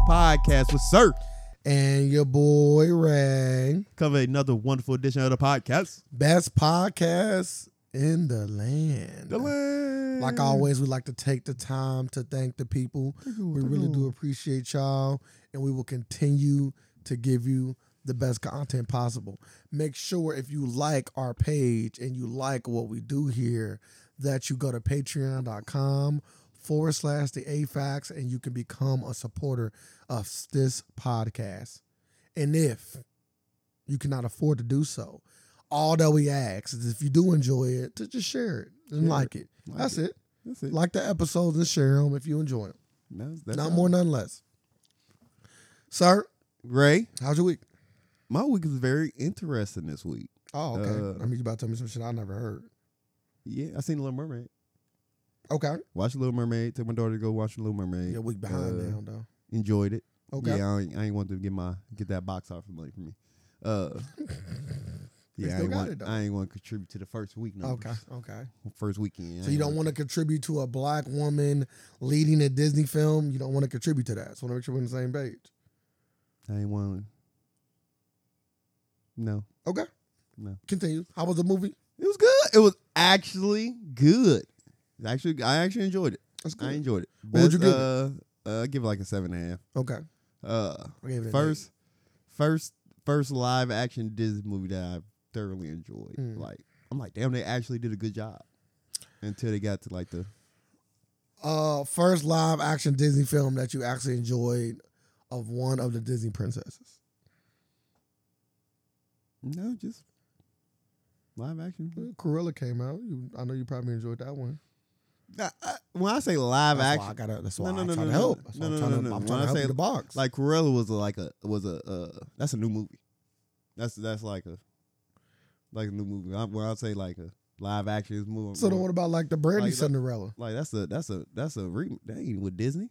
podcast with Sir. and your boy Ray. Cover another wonderful edition of the podcast. Best podcast in the land. Like always, we like to take the time to thank the people. We really do appreciate y'all, and we will continue to give you the best content possible. Make sure if you like our page and you like what we do here, that you go to patreon.com forward slash the AFAX and you can become a supporter of this podcast. And if you cannot afford to do so, all that we ask is if you do enjoy it, to just share it and Share like it. Like That's it. That's it. Like the episodes and share them if you enjoy them. That's- that's all. Not more, none less. Sir, Ray, how's your week? my week is very interesting this week. Oh, okay. Uh, I mean, you about to tell me some shit I never heard. Yeah, I seen Little Mermaid. Okay. Watched Little Mermaid. Took my daughter to go watch Little Mermaid. Your week behind uh, now, though. Enjoyed it. Okay. Yeah, I ain't, I ain't want to get my get that box office money from me. Uh, yeah, I still ain't, got want, it, though. I ain't want to contribute to the first week numbers. Okay. Okay. First weekend. I So you ain't don't wanna- want to contribute to a black woman leading a Disney film. You don't want to contribute to that. So I want to make sure we're on the same page. I ain't want. No, Okay. No. Continue. How was the movie? it was good. It was actually good. It Actually, I actually enjoyed it. That's I good. enjoyed it. What would you give it? Uh, uh, I give it like a seven and Okay. a half. Uh, I gave it an first, first, first live action Disney movie that I thoroughly enjoyed. Mm. Like, I'm like, damn, they actually did a good job until they got to like the eight. Uh, first live action Disney film that you actually enjoyed of one of the Disney princesses. no, just live action. Corilla came out. You, I know you probably enjoyed that one. I- I- when I say live That's why I action, gotta. That's No, why no, I'm no, trying no, to no. help. That's why No, I'm no, trying no, to- no, I'm no. When trying I to help say you the box. like Cruella was a, like a was a uh, that's a new movie. That's that's like a like a new movie. I, when I say like a live action it's movie, so then what about like the Brandy like, that- Cinderella? like that's a that's a that's a re- that ain't with Disney.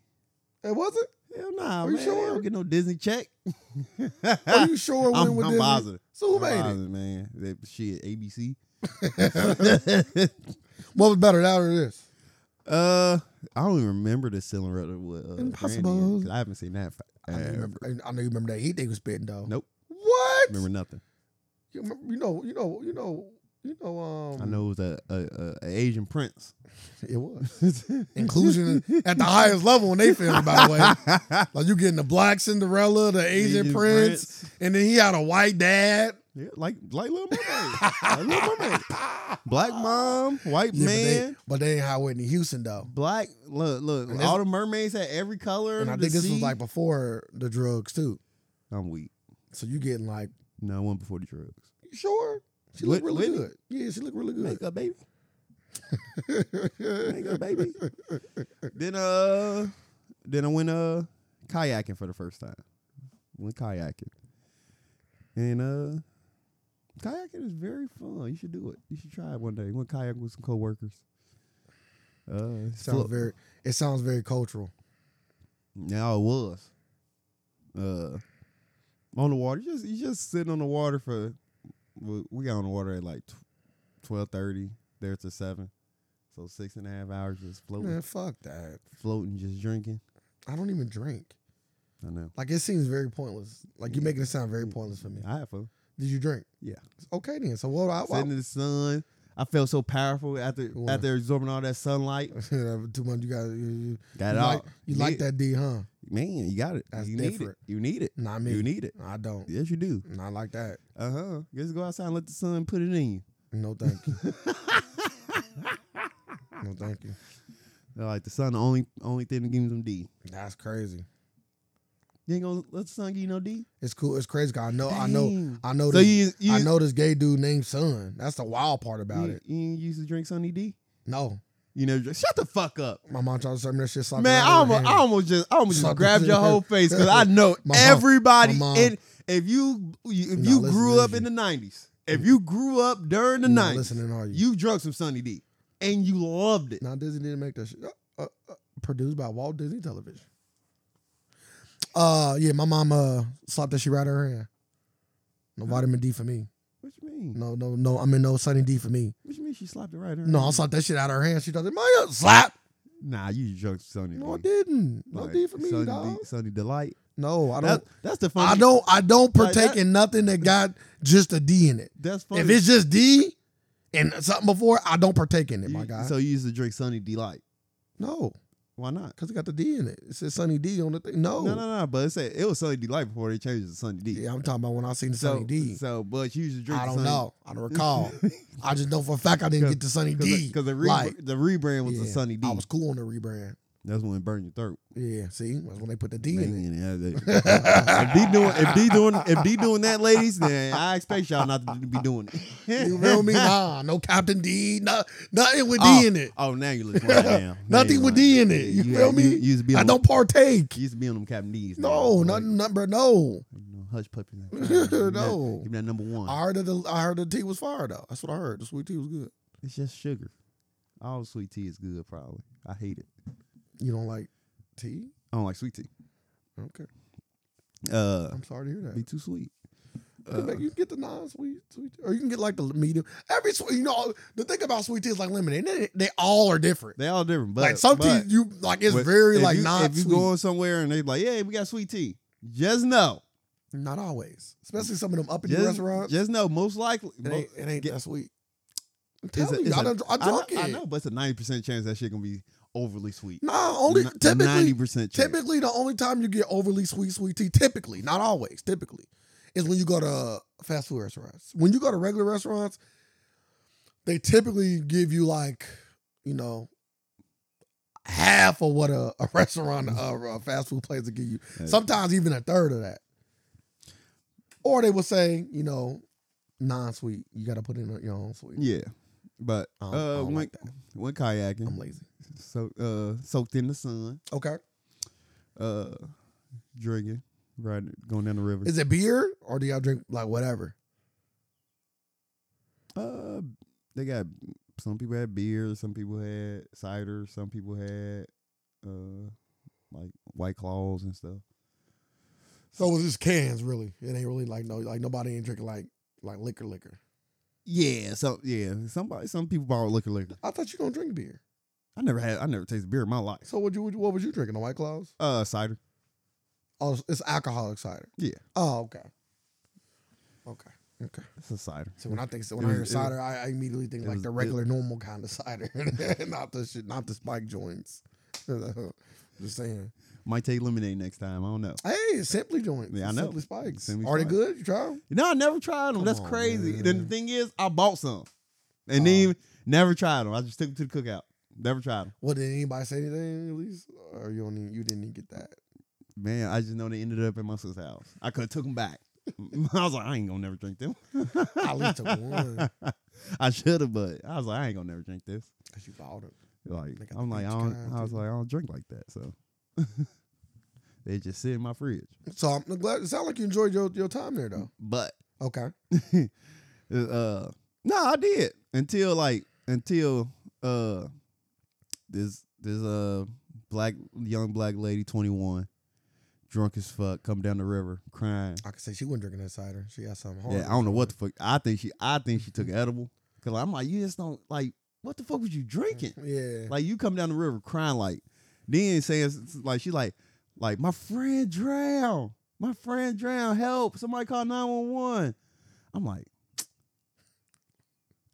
It wasn't. Hell nah, Are you man. They sure? don't get no Disney check. Are you sure? when I'm, with I'm Disney? positive. So who I'm made positive, man. That shit, ABC. it? What was better, that or this? uh, I don't even remember the Cinderella with uh, Brandy in it, 'cause Impossible. I haven't seen that. For, I know, you ever. remember, I know you remember that heat they was spitting though. Nope. What? remember nothing. You, remember- you know, you know, you know, you know. Um, I know it was a, a, a, a Asian prince. it was inclusion at the highest level in they film. By the way, like you getting the black Cinderella, the Asian, prince, and then he had a white dad. Yeah, like like Little Mermaid. like Little Mermaid. Black mom, white Yeah, man, But they, but they ain't how Whitney Houston though. black. Look, look. And this- all the mermaids had every color. And I under think the this was sea. like before the drugs too. I'm weak. So you getting like, No, I went before the drugs. you sure? She Whit- looked really Whitney? good. Yeah, she looked really good. Makeup baby. Makeup baby. then uh, then I went uh kayaking for the first time. Went kayaking, and uh, kayaking is very fun. You should do it. You should try it one day. Went kayaking with some coworkers. Uh, it's sounds flo- very. It sounds very cultural. Now it was. Uh, on the water. You just you just sitting on the water for. We we got on the water at like twelve thirty. There to seven, so six and a half hours just floating, Man, fuck that. floating, just drinking. I don't even drink. I know. Like it seems very pointless. Like you're Yeah. making it sound very pointless for me. I have fun. Did you drink? Yeah. Okay then. So what? I, Sitting in the sun. I felt so powerful after Wow. after absorbing all that sunlight. too much. You got you, you, Got you it all. like, you like Need it. that D, huh? man? You got it. That's you need it. different. You need it. Not me. You need it. I don't. Yes, you do. Not like that. Uh huh. Just go outside and let the sun put it in you. No, thank you. no, thank you. Like the sun, the only only thing that give me some D. That's crazy. You ain't gonna let the sun give you no D. It's cool. It's crazy. 'cause I know. I know. Dang. I know. So this, you, you, I know this gay dude named Son. That's the wild part about you, it. you ain't used to drink Sunny D. No, You never drink. Shut the fuck up, my mom tried to serve me that shit. so I man. could I run with almost, I him. almost just, I almost Suck just grabbed it. your whole face because I know My mom- everybody. my mom- in, if you, you if You're you not grew listening, up is in the nineties, if you grew up during the You're not nineties, Listening, are you? you drunk some Sunny D and you loved it. Now Disney didn't make that shit. Uh, uh, uh, produced by Walt Disney Television. Uh, yeah, my mom uh slapped that shit right out of her hand. No vitamin D for me. What you mean? No, no, no. I mean, no sunny D for me. What you mean? She slapped it right in her No, I hand? slapped that shit out of her hand. She does it. Maya, slap. Nah, you drunk Sunny No, I D. didn't. No Like, D for me, Sunny dog. D, Sunny Delight. No, I That, don't. that's the funny. I don't. I don't Like partake that- in nothing that got just a D in it. That's funny. If it's just D and something before, I don't partake in it. You- my guy. So you used to drink Sunny Delight. no, Why not? because it got the D in it. It says Sunny D on the thing. No. No, no, no. But it said it was Sunny Delight before they changed it to Sunny D. Yeah, I'm talking about when I seen the so, Sunny D. So, but you used to drink. I don't Sunny- know. I don't recall. I just know for a fact I didn't Cause- get the Sunny Because D. the, re- like, the rebrand was the yeah, Sunny D. I was cool on the rebrand. That's when it burned your throat. Yeah, see, that's when they put the D in it. Man, yeah, that- if D doing if D doing if D doing that, ladies, then I expect y'all not to be doing it. You feel me? Nah, no Captain D, no, nothing with Oh, D in it. Oh, now you look right now. Nothing with D in it. You feel me? You, used to be on I don't partake. You used to be on them Captain D's. now, No, like, nothing, nothing, bro. No. you know, hush puppy. now. No. give me that number one. I heard that the I heard the tea was fire though. That's what I heard. The sweet tea was good. It's just sugar. All sweet tea is good, probably. I hate it. You don't like tea? I don't like sweet tea. Okay. Uh, I'm sorry to hear that. be too sweet. Uh, Come back. you can get the non-sweet, sweet, or you can get like the medium. Every sweet, you know, the thing about sweet tea is like lemonade. They, they all are different. They all different, but like some but- tea, you like it's but very if like you, non If you sweet. going somewhere and they like, yeah, we got sweet tea. Just know, Not always, especially some of them up in the just, restaurants. just know. Most likely, it mo- ain't, it ain't get- that sweet. I'm it's a- telling you, it's I a- done- I I know, drunk it. I know, but it's a ninety percent chance that shit gonna be overly sweet. Nah, only ninety typically percent chance. Typically, the only time you get overly sweet sweet tea, typically, not always, typically, is when you go to fast food restaurants. When you go to regular restaurants, they typically give you like, you know, half of what a, a restaurant or a fast food place will give you. Yeah. Sometimes even a third of that. Or they will say, you know, non-sweet. You got to put in your own sweet. yeah, but I don't, I uh, don't went like that. went kayaking, I'm lazy. so uh, soaked in the sun, Okay. uh, drinking, riding, going down the river. Is it beer or do y'all drink like whatever? Uh, they got some people had beer, some people had cider, some people had uh like white claws and stuff. So it was just cans, really. It ain't really like no, like nobody ain't drinking like like liquor, liquor. Yeah, so yeah, somebody some people borrow liquor, liquor. I thought you don't drink beer. I never had, I never tasted beer in my life. So what you what was you drinking? The White Claws? Uh, cider. Oh, it's- it's alcoholic cider. Yeah. Oh, okay. Okay. Okay. It's a cider. So when I think so when It I was- hear it cider, I, I immediately think it like was- the it- regular, normal kind of cider, not the shit, not the spike joints. Just saying. Might take lemonade next time. I don't know. Hey, simply joints. Yeah, I It's know. Simply spikes. Simply Are they Spikes. good? You try 'em? No, I never tried them. Come That's on, crazy. man. Then the thing is, I bought some, and Oh. then never tried them. I just took them to the cookout. Never tried them. Well, did anybody say anything at least? Or you don't even, you didn't even get that? Man, I just know they ended up at my sister's house. I could have took them back. I was like, I ain't gonna never drink them. I at least took one. I should have, but I was like, I ain't gonna never drink this. Cause you bought it. Like They got I'm the like, I, peach don't, kind, I was too. like, I don't drink like that. So they just sit in my fridge. So I'm glad. It sounds like you enjoyed your, your time there, though. But Okay. uh, no, I did until like until uh this this uh black young black lady, 21, drunk as fuck, come down the river crying. I could say she wasn't drinking that cider. She got something hard. Yeah, I don't know what the fuck. I think she, I think she took an edible. Cause I'm like, you just don't like. What the fuck was you drinking? Yeah. Like you come down the river crying, like then saying s- s- like she like like my friend drowned, my friend drowned, help! Somebody call nine one one. I'm like,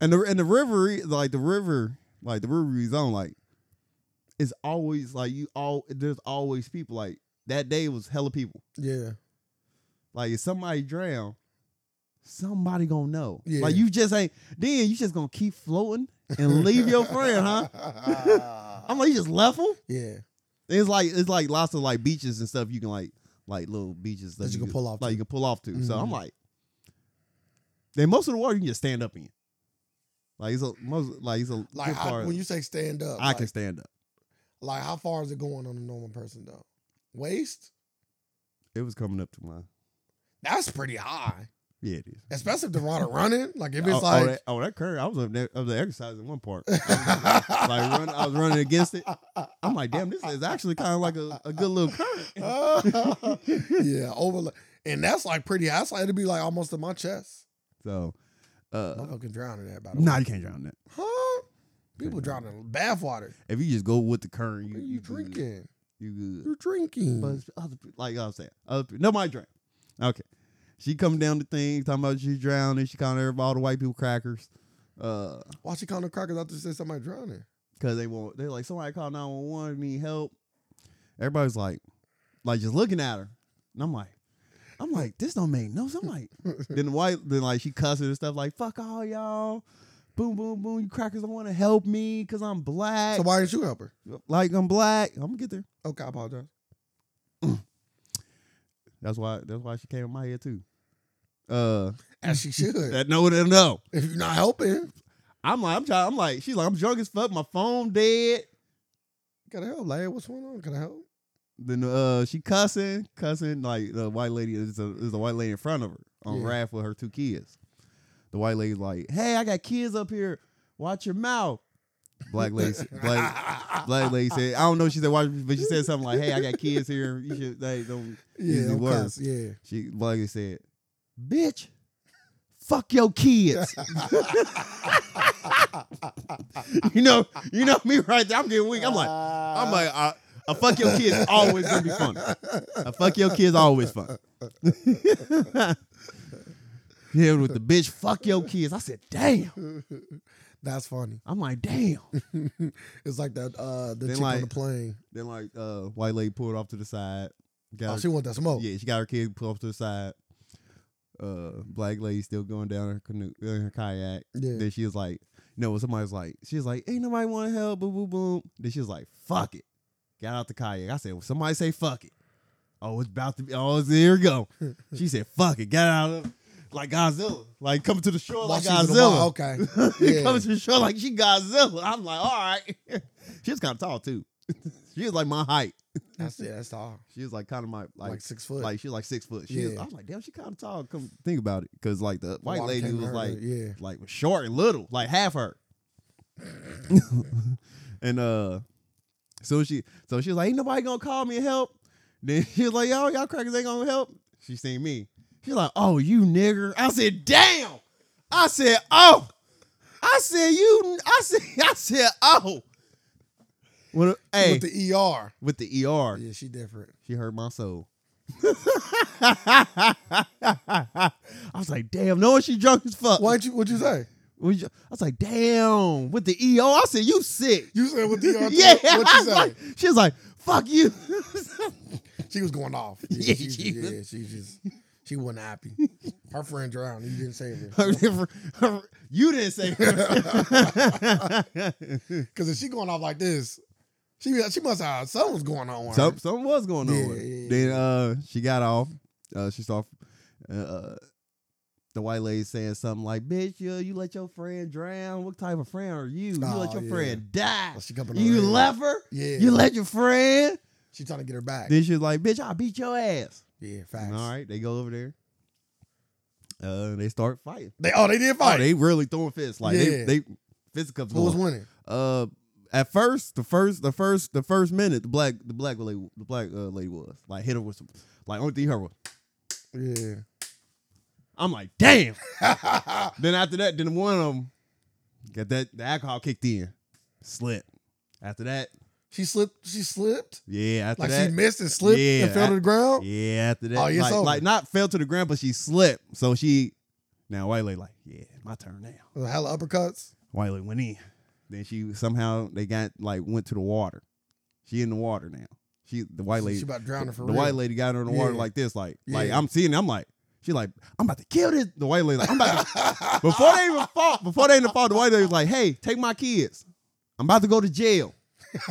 and the and the river i- like the river like the river is on like it's always like you all there's always people like that day was hella people yeah. like if somebody drowned. Somebody gonna know. Yeah. Like you just ain't. Then you just gonna keep floating and leave your friend, huh? huh? I'm like, you just left him. yeah. It's like it's like lots of like beaches and stuff you can like like little beaches that, That you can pull off like to. you can pull off to. So I'm Mhm. like, then most of the water you can just stand up in. Like it's a most like it's a Like good how, part. when you say stand up, I like, can stand up. Like how far is it going on a normal person though? Waist? It was coming up to mine. That's pretty high, Yeah, it is. especially if the rider running. Like if it's oh, oh, like that, oh, that curve. I was up there. I was exercising one part. like run, I was running against it. I'm like, damn, this is actually kind of like a, a good little current. yeah, over. And that's like pretty. high. That's like it'd be like almost to my chest. so, uh, I'm fucking drowning that. By the way. nah, you can't drown that. Huh? People drowning in bath water. If you just go with the current, you, What are you you good. drinking? You You good? You're drinking. But it's other people, like I was saying, other people, nobody drowned. Okay. She come down to things talking about she drowned and she called everybody all the white people crackers. Uh, Why she calling the crackers out to say somebody drowning? cause they won't. They're like somebody called nine one one, need help. Everybody's like, like just looking at her, and I'm like, I'm like, this don't make no. sense. I'm like, then the white, then like she cussing and stuff like, fuck all y'all, boom boom boom, you crackers don't want to help me cause I'm black. So why didn't you help her? like I'm black. I'm gonna get there. Okay, I apologize. That's why. That's why she came in my head too. Uh, As she should. that no, no, no. if you're not helping, you I'm like, I'm trying. I'm like, she's like, I'm drunk as fuck. My phone dead. gotta help, lad. What's going on? Can I help? Then uh, she cussing, cussing. Like the white lady is a is a white lady in front of her on Yeah. raft with her two kids. The white lady's like, hey, I got kids up here. Watch your mouth. Black lady, s- black black lady said, I don't know. if She said, watch, but she said something like, hey, I got kids here. You should like don't. yeah, easy don't word. cuss, Yeah. She black lady said, bitch, fuck your kids. you know, you know me right there. I'm getting weak. I'm like, I'm like, I, I fuck your kids always gonna be funny. I fuck your kids always fun. yeah, with the bitch, fuck your kids. I said, damn. That's funny. I'm like, damn. It's like that uh the Then, chick on like- the plane. Then like, uh, white lady pulled off to the side. Got Oh, her- she want that smoke. Yeah, she got her kid pulled off to the side. Uh, black lady still going down her canoe, uh, her kayak. Yeah. Then she was like, you know, when somebody's like, she was like, ain't nobody want to help, boom, boom, boom. Then she was like, fuck it. Got out the kayak. I said, well, somebody say fuck it. Oh, it's about to be, oh, it's, here we go. she said, fuck it. Got out of, like Godzilla. Like coming to the shore While like she was in the water, Godzilla. Okay. Yeah. coming to the shore like she Godzilla. I'm like, all right. she was kind of tall too. she was like my height. that's yeah, that's all. She was like kind of my, Like, like, six foot. like she was like six foot. She was, Yeah. I was like, damn, she kind of tall. Come think about it, because like the white Water lady came to was her, like, yeah. like was short and little, like half her. and uh, so she, so she was like, ain't nobody gonna call me and help. Then she was like, y'all, y'all crackers ain't gonna help. She seen me. She's like, oh, you nigger. I said, damn. I said, oh. I said, you. I said, I said, oh. What? a- She Hey, With the ER. with the ER. Yeah, she different. She hurt my soul. I was like, damn, knowing she drunk as fuck. Why'd you what'd you say? We ju- I was like, damn, with the EO. I said, you sick. You said with the ER. too? yeah. What'd I was you say? like- she was like, fuck you. She was going off. Yeah, she, she yeah, was- she just she wasn't happy. Her friend drowned. You didn't save Her- her. her- her- you didn't say Because if she going off like this, she she must have something's going on. with her. Some, something was going on. Yeah, with her. yeah, yeah. Then uh, she got off. Uh, she saw uh, uh, the white lady saying something like, "Bitch, you, you let your friend drown. What type of friend are you? You let Oh, your yeah. friend die. Oh, she coming you over here. left her. Yeah. You let your friend." She trying to get her back. Then she was like, "Bitch, I beat your ass." yeah, facts. All right, they go over there. Uh, and they start fighting. They oh they did fight. Oh, they really throwing fists. Like Yeah. they, they fisticuffs. Who was going. winning? Uh, at first, the first, the first, the first minute, the black, the black lady, the black uh, lady was like hit her with some, like only thing her was. Yeah. I'm like, damn. then after that, then one of them got that the alcohol kicked in, slipped. After that, She slipped. She slipped. yeah, after Like that, she missed and slipped Yeah, and fell to I- the ground. yeah, after that, Oh, it's like, over. like not fell to the ground, but she slipped. So she now White lady like, yeah, my turn now. It was Hella uppercuts. White lady went in. Then she somehow they got like went to the water. She in the water now. She the white lady. She about drowning for the real. white lady got her in the water Yeah. like this, like like Yeah. I'm seeing. it, I'm like she like I'm about to kill this. The white lady like I'm about to before they even fought. Before they even fought, the white lady was like, "Hey, take my kids. I'm about to go to jail."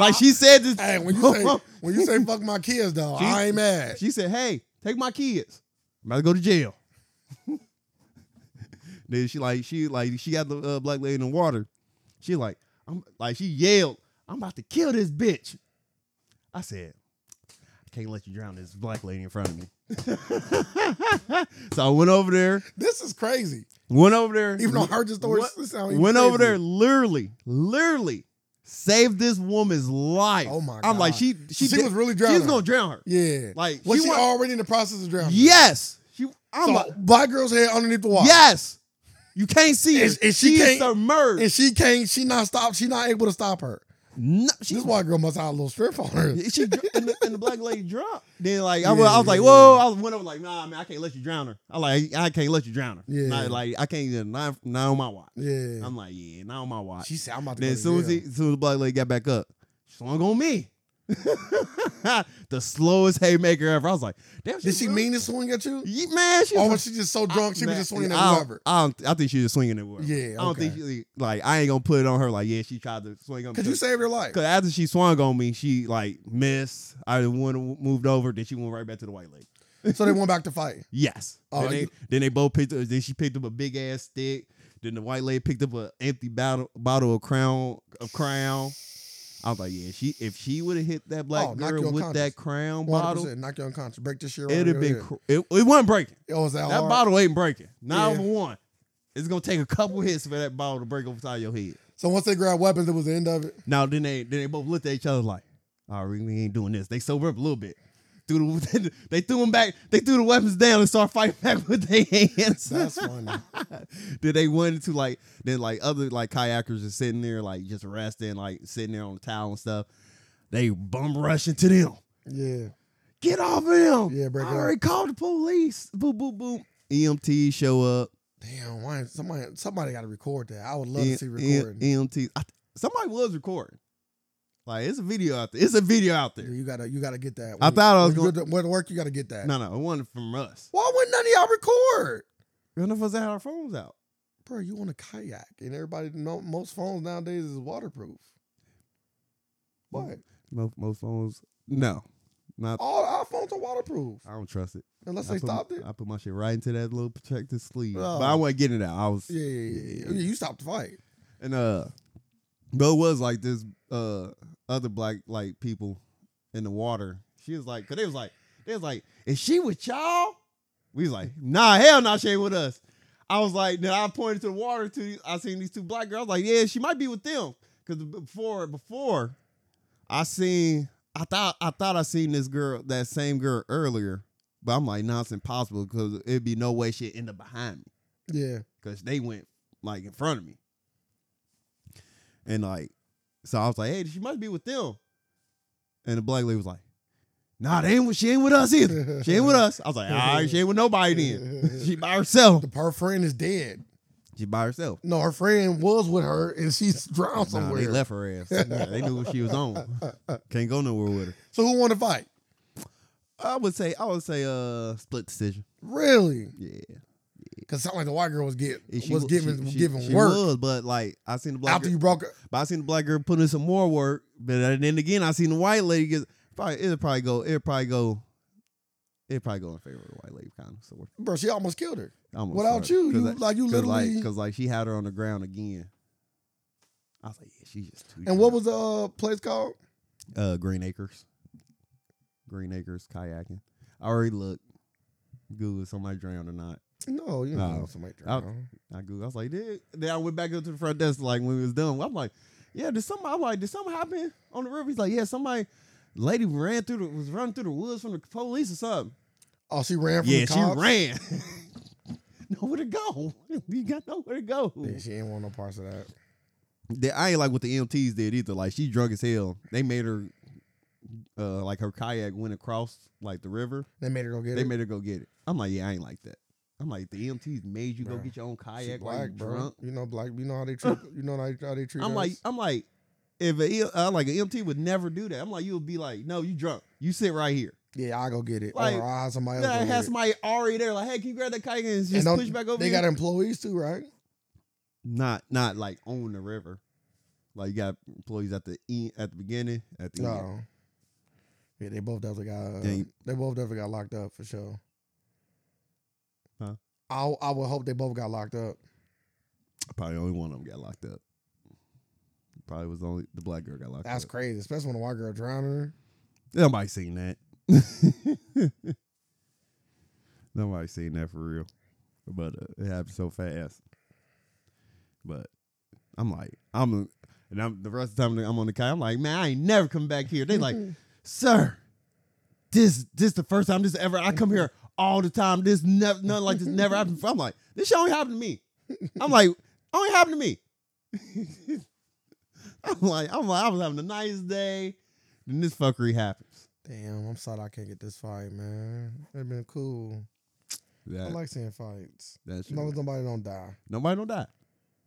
like she said this. Hey, when you say when you say fuck my kids though, She- I ain't mad. she said, "Hey, take my kids. I'm about to go to jail." then she like she like she got the uh, black lady in the water. She like I'm like she yelled, "I'm about to kill this bitch." I said, "I can't let you drown this black lady in front of me." so I went over there, this is crazy. went over there, Even though went, her just story sound even went over crazier. there, literally, literally saved this woman's life. Oh my I'm like God. she she, She did- was really She drowning was her. gonna drown her. Yeah. Like, was she she, wa- already in the process of drowning? Yes, she. I'm So, like, black girl's head underneath the water. Yes. You can't see her. And- and she she is can't- submerged. And she can't, she not stop, she not able to stop her. No, she This white girl must have a little strip on her. Yeah, she dr- and, the, and the black lady dropped. Then like I, was, Yeah, I was like, yeah, whoa! I was went over like, nah, man, I can't let you drown her. I like, I can't let you drown her. Yeah. Not, like I can't even not, not on my watch. Yeah. I'm like, yeah, not on my watch. she said, I'm about to then go as to soon as, he, jail. as soon as the black lady got back up, slung on me. the slowest haymaker ever. I was like, damn. Did she really- mean to swing at you? Ye- man, she Or was was she just so drunk she was Man, just swinging at I don't- whoever? I don't. I think she was swinging at whoever. I Yeah, don't okay. think she like. I ain't gonna put it on her. Like, yeah, she tried to swing on me. Because you saved her life. Cause after she swung on me, she like missed. I went moved over. Then she went right back to the white lady. So they went back to fight. Yes. Oh, then, they, you- then they both picked. Up, then she picked up a big ass stick. Then the white lady picked up an empty bottle bottle of crown of crown. I was like, yeah, she if she would have hit that black Oh, knock you girl with unconscious. that crown 100%. bottle, Knock you unconscious. Break this shit right it'd your have been head. cr- it, it wasn't breaking. Oh, is that, That hard? bottle ain't breaking. Not Yeah. even one. It's gonna take a couple hits for that bottle to break over top of your head. So once they grabbed weapons, it was the end of it. Now then they then they both looked at each other like, all right, we ain't doing this. They sober up a little bit. Threw the, they threw them back. They threw the weapons down and started fighting back with their hands. That's funny. then they went into like then like other like kayakers are sitting there like just resting, like sitting there on the towel and stuff. They bum rushing to them. Yeah. Get off of them. Yeah, break it I up. already called the police. Boom, boom, boom. EMT E show up. Damn, why ain't somebody somebody gotta record that. I would love to see E- recording. E- EMT. I, somebody was recording. Like it's a video out there. It's a video out there. Dude, you gotta you gotta get that. I thought I was when you go to when work, you gotta get that. No, no, it wasn't from us. Why wouldn't none of y'all record? None of us had our phones out. Bro, you on a kayak and everybody mo- most phones nowadays is waterproof. What? Most, most phones. No, not. All our phones are waterproof. I don't trust it. Unless I they put, stopped it. I put my shit right into that little protective sleeve, Oh. but I wasn't getting it out. I was Yeah, yeah, yeah, yeah. Yeah, You stopped the fight. and uh, but it was like this uh other black like people in the water. She was like, cause they was like, they was like, is she with y'all? We was like, nah, hell no, she ain't with us. I was like, then I pointed to the water to I seen these two black girls. Like, yeah, she might be with them. Cause before before I seen I thought I thought I seen this girl, that same girl earlier. But I'm like, nah, it's impossible because it'd be no way she'd end up behind me Yeah. because they went like in front of me. And like, so I was like, hey, she must be with them. And the black lady was like, nah, they ain't, with- she ain't with us either. She ain't with us. I was like, all right, she ain't with nobody then. she by herself. The, her friend is dead. She by herself. No, her friend was with her and she's drowned Nah, somewhere. they left her ass. Nah, they knew what she was on. Can't go nowhere with her. So who won the fight? I would say, I would say, uh, split decision. Really? Yeah, Because sounded like the white girl was getting And was wa- giving she- giving she work was, but like I seen the black after girl- you broke. her- But I seen the black girl put in some more work. But then again, I seen the white lady get probably it'll probably go it'll probably go it'll probably go in favor of the white lady kind of sort. Bro, she almost killed her. Almost Without sorta. you, you I- like you cause like literally. because like she had her on the ground again. I was like, yeah, she's just too. and what drunk. was the uh, place called? uh Green Acres? Green Acres kayaking. I already looked. Google somebody drowned or not. No, you Oh. know somebody. Out- drowned. I Googled. I was like, did then I went back up to the front desk like when we was done. I'm like, yeah, did somebody I'm like, did something happen on the river? He's like, yeah, somebody lady ran through the was running through the woods from the police or something. Oh, she ran from Yeah, the she cops. ran. nowhere to go. We got nowhere to go. Yeah, she ain't want no parts of that. They- I ain't like what the MTs did either. Like she drunk as hell. They made her uh like her kayak went across like the river. They made her go get They it. made her go get it. I'm like, yeah, I ain't like that. I'm like, the MTs made you go Bruh, get your own She kayak while black, you bro. drunk. You know, black. You know how they treat. you know how they, how they treat. I'm us. like, I'm like, if a, I'm like an MT would never do that. I'm like, you would be like, no, you drunk. You sit right here. yeah, I go get it. like, or I somebody Then else. I Go had get it. somebody already there, like, hey, can you grab that kayak and And just don't- push back over? They here? got employees too, right? not, not like on the river. Like you got employees at the e- at the beginning, at the end. No. Yeah, they both definitely got. Uh, Yeah, you- they both definitely got locked up for sure. Huh? I I would hope they both got locked up. Probably only one of them got locked up. Probably was the only the black girl got locked That's up. crazy, especially when a white girl drowned her. Nobody seen that. Nobody seen that for real. But uh, it happened so fast. But I'm like, I'm, and I'm the rest of the time I'm on the kayak. I'm like, man, I ain't never come back here. They like, sir, this this the first time this ever. I come here all the time. This never nothing like this never happened. Before. I'm like, this shit only happened to me. I'm like, only happened to me. I'm like, I'm like, I was having a nice day. Then this fuckery happens. Damn, I'm sorry I can't get this fight, man. It'd been cool. I That, like seeing fights. that's As long your- as nobody don't die. nobody don't die.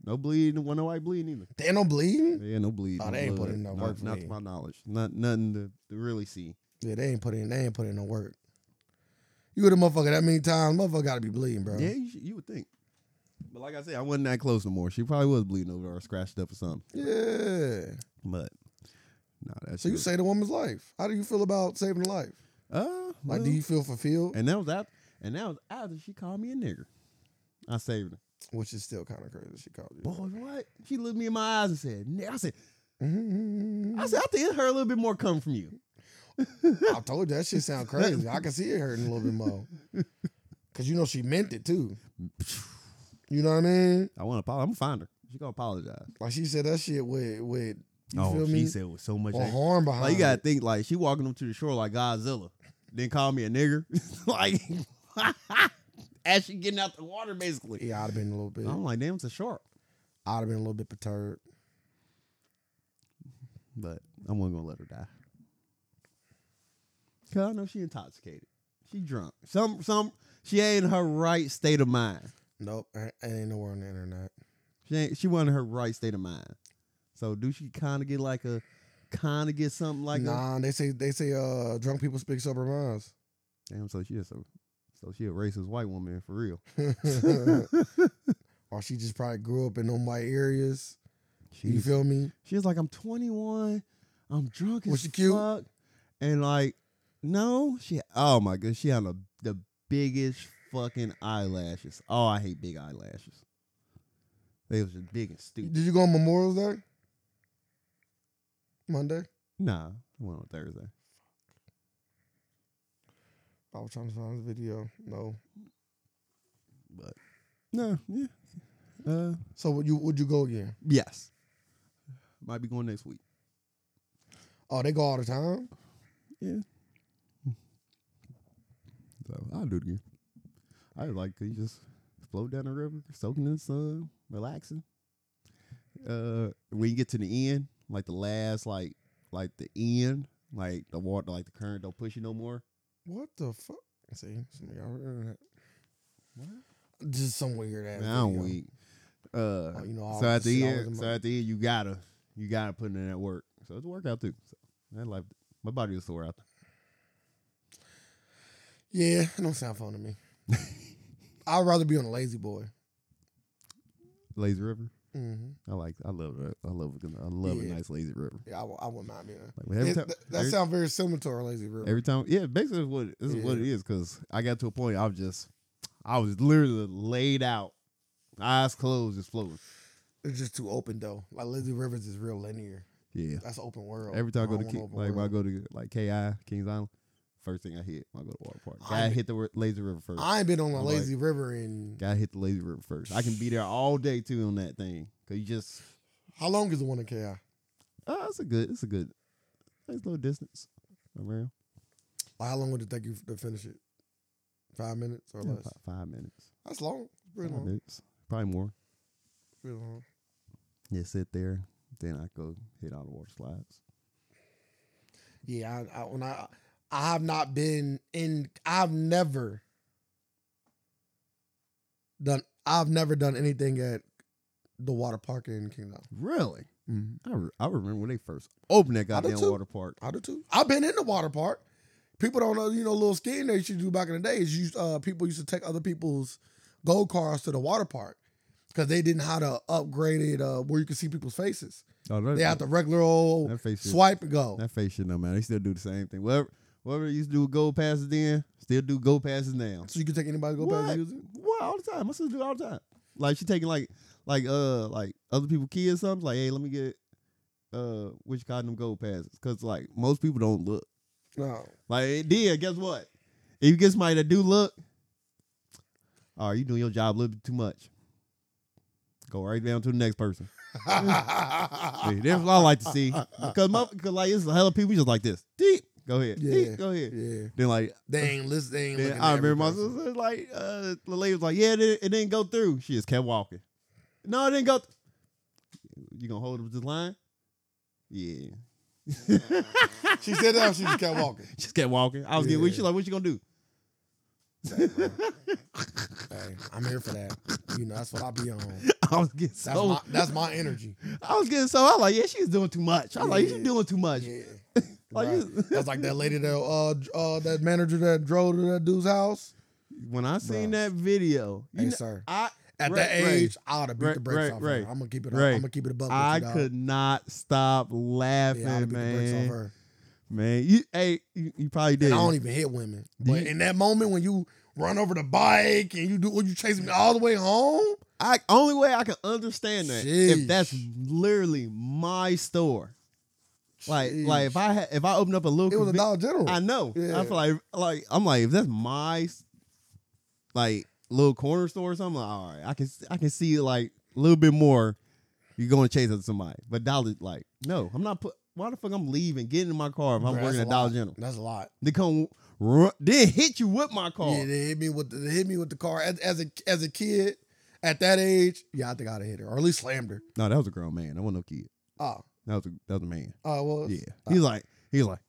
No bleeding. One no white bleeding either. They ain't no bleeding? Yeah, no bleeding. Oh, they ain't blood, put in no work for Not to me. my knowledge. Not nothing to, to really see. Yeah, they ain't put in they ain't put in no work. You with a motherfucker that many times, motherfucker gotta be bleeding, bro. Yeah, you, should- you would think. But like I said, I wasn't that close no more. She probably was bleeding over or scratched up or something. Yeah. But no, that's So you saved a woman's life. How do you feel about saving a life? uh, Like, well, do you feel fulfilled? and that was after, and that was after she called me a nigger. I saved her. Which is still kind of crazy. She called you. Boy, what? She looked me in my eyes and said, "Ni-" "I said, Mhm. I said, I think it hurt a little bit more coming from you." I told you that shit sound crazy. I can see it hurting a little bit more. Cause you know she meant it too. You know what I mean? I want to apologize. I'm gonna find her. She gonna apologize. Like she said that shit with with you feel Oh, she me? said with so much. Or anger. harm behind. Like you gotta it. think, like she walking up to the shore like Godzilla, then call me a nigger, like as she getting out the water, basically. Yeah, I'd have been a little bit. I'm like, damn, it's a shark. I'd have been a little bit perturbed. But I wasn't gonna let her die. Cause I know she intoxicated. She drunk. Some some she ain't in her right state of mind. Nope, I I ain't nowhere on the internet. She ain't she wasn't in her right state of mind. So do she kinda get like a kinda get something like that? nah, they say they say uh drunk people speak sober minds. Damn, so she is so so she a racist white woman for real. or she just probably grew up in them white areas. You She's- feel me? She was like, I'm 21, I'm drunk Was as she cute? fuck, and like, no, she. Oh my god, she had a, the biggest fucking eyelashes. Oh, I hate big eyelashes. They was just big and stupid. Did you go on Memorial Day? Monday? Nah, I went on Thursday. I was trying to find this video. No. But no, yeah, uh, So would you would you go again? yes, might be going next week. Oh, they go all the time? Yeah, so I'll do it again. I like you just float down the river, soaking in the sun, relaxing. Uh, when you get to the end, like the last, like like the end, like the water, like the current don't push you no more. What the fuck? See, somebody got on the internet. Just some weird ass. Now video. weak. Uh, Oh, you know, I so was- at the shit, I was in end, so my- at the end, you gotta you gotta put in that work. So it's a workout too. So that life, my body was sore out. Yeah, it don't sound fun to me. I'd rather be on a lazy boy. Lazy river. Mm-hmm. I like. I love it. I love it. I love a Yeah. nice lazy river. Yeah, I, w- I wouldn't mind being. on- Like every It- time, th- that every, sounds very similar to our lazy river. every time, yeah. Basically, it's what this is what it Yeah. is. Because I got to a point, I was just, I was literally laid out, eyes closed, just floating. It's just too open though. Like lazy rivers is real linear. Yeah. That's open world. Every time I go to don't Ki- want like open when I world. go to like KI Kings Island, first thing I hit when I go to water park, I gotta be- hit the ri- lazy river first. I ain't been on a I'm like- lazy river in Gotta hit the lazy river first. I can be there all day too on that thing. Cause you just how long is the one in KI? oh, it's a good, it's a good, nice little distance around Like how long would it take you to finish it? Five minutes or Yeah, less? about five minutes, That's long. five Pretty long. minutes, probably more. Pretty long. Yeah, sit there. Then I go hit all the water slides. Yeah, I, I, when I I have not been in. I've never done. I've never done anything at the water park in Kingdom. Really? I, re- I remember when they first opened that I do goddamn too. water park. I do too. I've been in the water park. People don't know, you know, little skiing they used to do back in the day is you uh, people used to take other people's go cars to the water park because they didn't know how to upgrade it uh, where you could see people's faces. Oh, that, They had the regular old that face shit- swipe and go. That face shit no matter. They still do the same thing. Whatever, whatever they used to do with gold passes then, still do gold passes now. So you can take anybody go back and use it. What? All the time. My sister do it all the time. Like she taking like like uh like other people kids or something. Like hey, let me get uh which kind of them gold passes because like most people don't look. No. Like it did. Guess what? If you get somebody that do look, all right, you doing your job a little bit too much. Go right down to the next person. Hey, that's what I like to see because my, cause like it's a hell of people just like this. Deep. Go ahead. Yeah. Deep. Go ahead. yeah. Then like They ain't listen. They ain't then looking I at every remember my person. sister was like uh, the lady was like, "Yeah, it didn't, it didn't go through." She just kept walking. No, it didn't go. Th- you gonna hold up this line? Yeah. She said that. or She just kept walking. She just kept walking. I was getting Yeah. weak. She's like, what you gonna do? Hey, I'm here for that. You know, that's what I be on. I was getting That's so my that's my energy. I was getting so I was like, yeah, she's doing too much. I was like, Yeah. she's doing too much. Yeah. Like, Right. you- That's like that lady that uh dr- uh that manager that drove to that dude's house. When I seen Bruh. that video, you Hey, know, sir. I At Right, that right. age, I ought to beat Right, the brakes right, off right. her. I'm gonna keep it. Right. I'm gonna keep it above. I with you, could not stop dog. laughing, Yeah, I oughta beat the brakes off man. her. Man, you hey, you, you probably did. And I don't even hit women. Do But you- in that moment when you run over the bike and you do what you chase me all the way home, I only way I can understand that if Sheesh. that's literally my store. Like like if Jeez. I had, if I opened up a little it was a conven- Dollar General. I know. I Yeah. feel like like I'm like if that's my like little corner store or something. Like, all right, I can I can see like a little bit more. You going to chase after somebody, but Dollar like no, I'm not put. Why the fuck I'm leaving, getting in my car if I'm Bruh, that's working a at Dollar lot. General? That's a lot. They come run, then hit you with my car. Yeah, they hit me with the, they hit me with the car as, as a as a kid at that age. Yeah, I think I'd have hit her or at least slammed her. No, that was a grown man. That wasn't no kid. Oh, That was a, that was a man. oh, well, Yeah, he's like he's like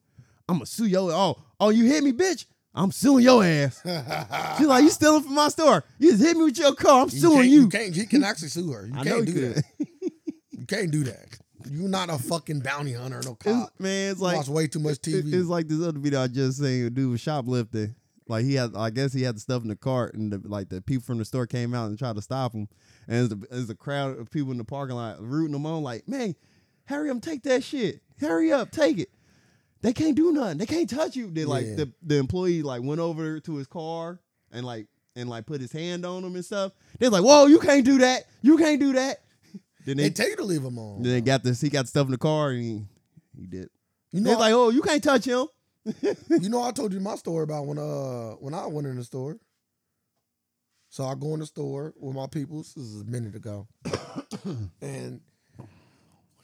I'm gonna sue your oh oh you hit me bitch. I'm suing your ass. yeah. She's like you stealing from my store. You just hit me with your car. I'm suing can't- you. Ah. You can't. You can actually sue her. You I can't know do you could. that. You can't do that. You're not a fucking bounty hunter, no It's, cop. man, it's You like watch way too much TV. it- it's like this other video I just seen. A dude was shoplifting. Like he had, I guess he had the stuff in the cart, and the, like the people from the store came out and tried to stop him. And there's a, it's a crowd of people in the parking lot rooting him on, like, man, hurry up, take that shit, hurry up, take it. They can't do nothing. They can't touch you. They like Yeah. the, the employee like went over to his car and like and like put his hand on him and stuff. They're like, whoa, you can't do that. You can't do that. Then they they, tell you to leave them on. then they got this. He got stuff in the car and he, he did. you They're know, like, oh, you can't touch him. you know, I told you my story about when uh when I went in the store. So I go in the store with my peoples. This is a minute ago, and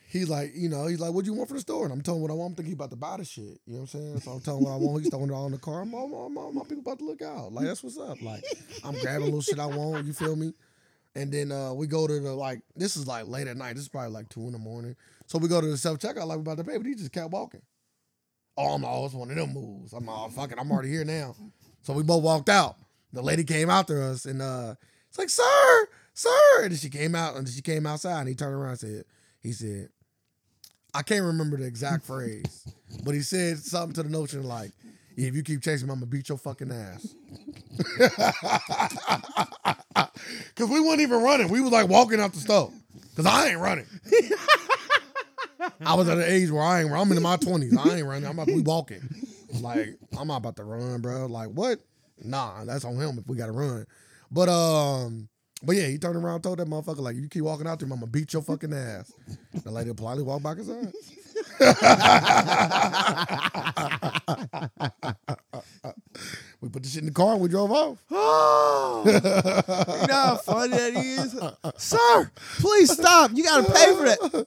he's like, you know, he's like, "What do you want for the store?" And I'm telling him what I want. I'm thinking he about to buy the shit. You know what I'm saying? So I'm telling him what I want. He's throwing it all in the car. I'm, I'm, I'm, I'm- my people about to look out. Like that's what's up. Like I'm grabbing little shit I want. You feel me? And then uh, we go to the like this is like late at night. This is probably like two in the morning. So we go to the self checkout like we about to pay, but he just kept walking. Oh, I'm always one of them moves. I'm all fucking. I'm already here now. So we both walked out. The lady came after us and uh, it's like, sir, sir. And then she came out and she came outside and he turned around and said, he said, I can't remember the exact phrase, but he said something to the notion like, if you keep chasing me, I'm gonna beat your fucking ass. Cause we weren't even running. We was like walking out the store. Cause I ain't running. I was at an age where I ain't I'm in my twenties. I ain't running. I'm about to be walking. Like, I'm not about to run, bro. Like, what? Nah, that's on him if we gotta run. But um, but yeah, he turned around and told that motherfucker, like, you keep walking out there, I'm gonna beat your fucking ass. The lady politely walked back inside. we put the shit in the car and we drove off. Oh, you know how funny that is, sir. Please stop. You gotta pay for that.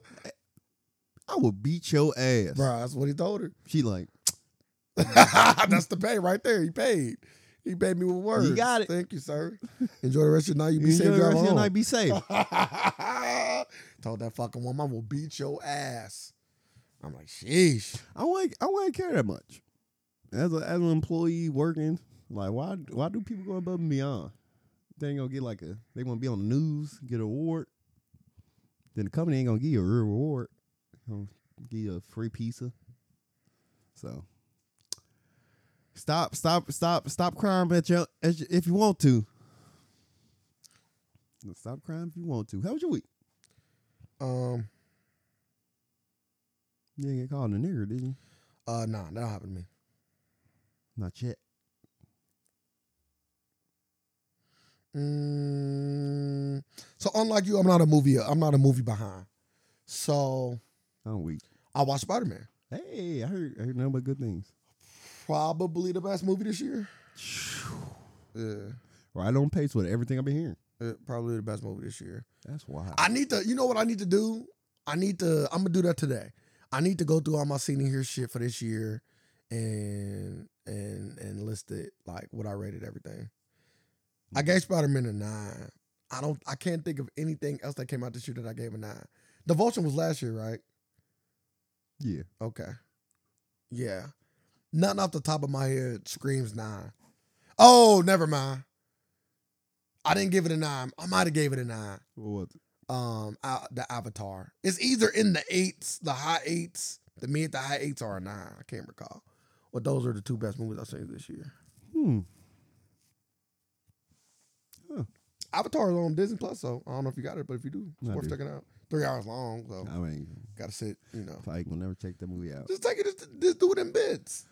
I will beat your ass. Bro, that's what he told her. She like, That's the pay right there. He paid. He paid me with words. got it. Thank you, sir. Enjoy the rest of your night. You you be safe. enjoy the Drive rest of your home. night. Be safe. Told that fucking woman I will beat your ass. I'm like, sheesh. I wouldn't. I wouldn't care that much. As a, as an employee working, like why why do people go above and beyond? They ain't gonna get like a. They gonna be on the news, get an award. Then the company ain't gonna give you a real reward. Gonna give you a free pizza. So stop, stop, stop, stop crying at your, at your if you want to. Stop crying if you want to. How was your week? Um, You didn't get called a nigger, did you? uh, nah, that don't happen to me. Not yet. Mm, so unlike you, I'm not a movie. I'm not a movie behind. So I'm weak. I watched Spider Man. Hey, I heard I heard nothing but good things. Probably the best movie this year. Yeah, Right on pace with everything I've been hearing. yeah, probably the best movie this year. That's wild. I need to. You know what I need to do? I need to. I'm gonna do that today. I need to go through all my senior year shit for this year, and and and list it like what I rated everything. I gave Spider Man a nine. I don't. I can't think of anything else that came out this year that I gave a nine. Devotion was last year, right? Yeah. Okay. Yeah. Nothing off the top of my head screams nine. Oh, never mind. I didn't give it a nine. I might have gave it a nine. What? was it? Um, I, the Avatar. It's either in the eights, the high eights, the mid, the high eights are a nine. I can't recall. But those are the two best movies I've seen this year. Hmm. Avatar is on Disney Plus, so I don't know if you got it, but if you do, it's I worth do. checking out. Three hours long, so I mean, gotta sit. You know, I will never check that movie out. just take it. Just, just do it in bits.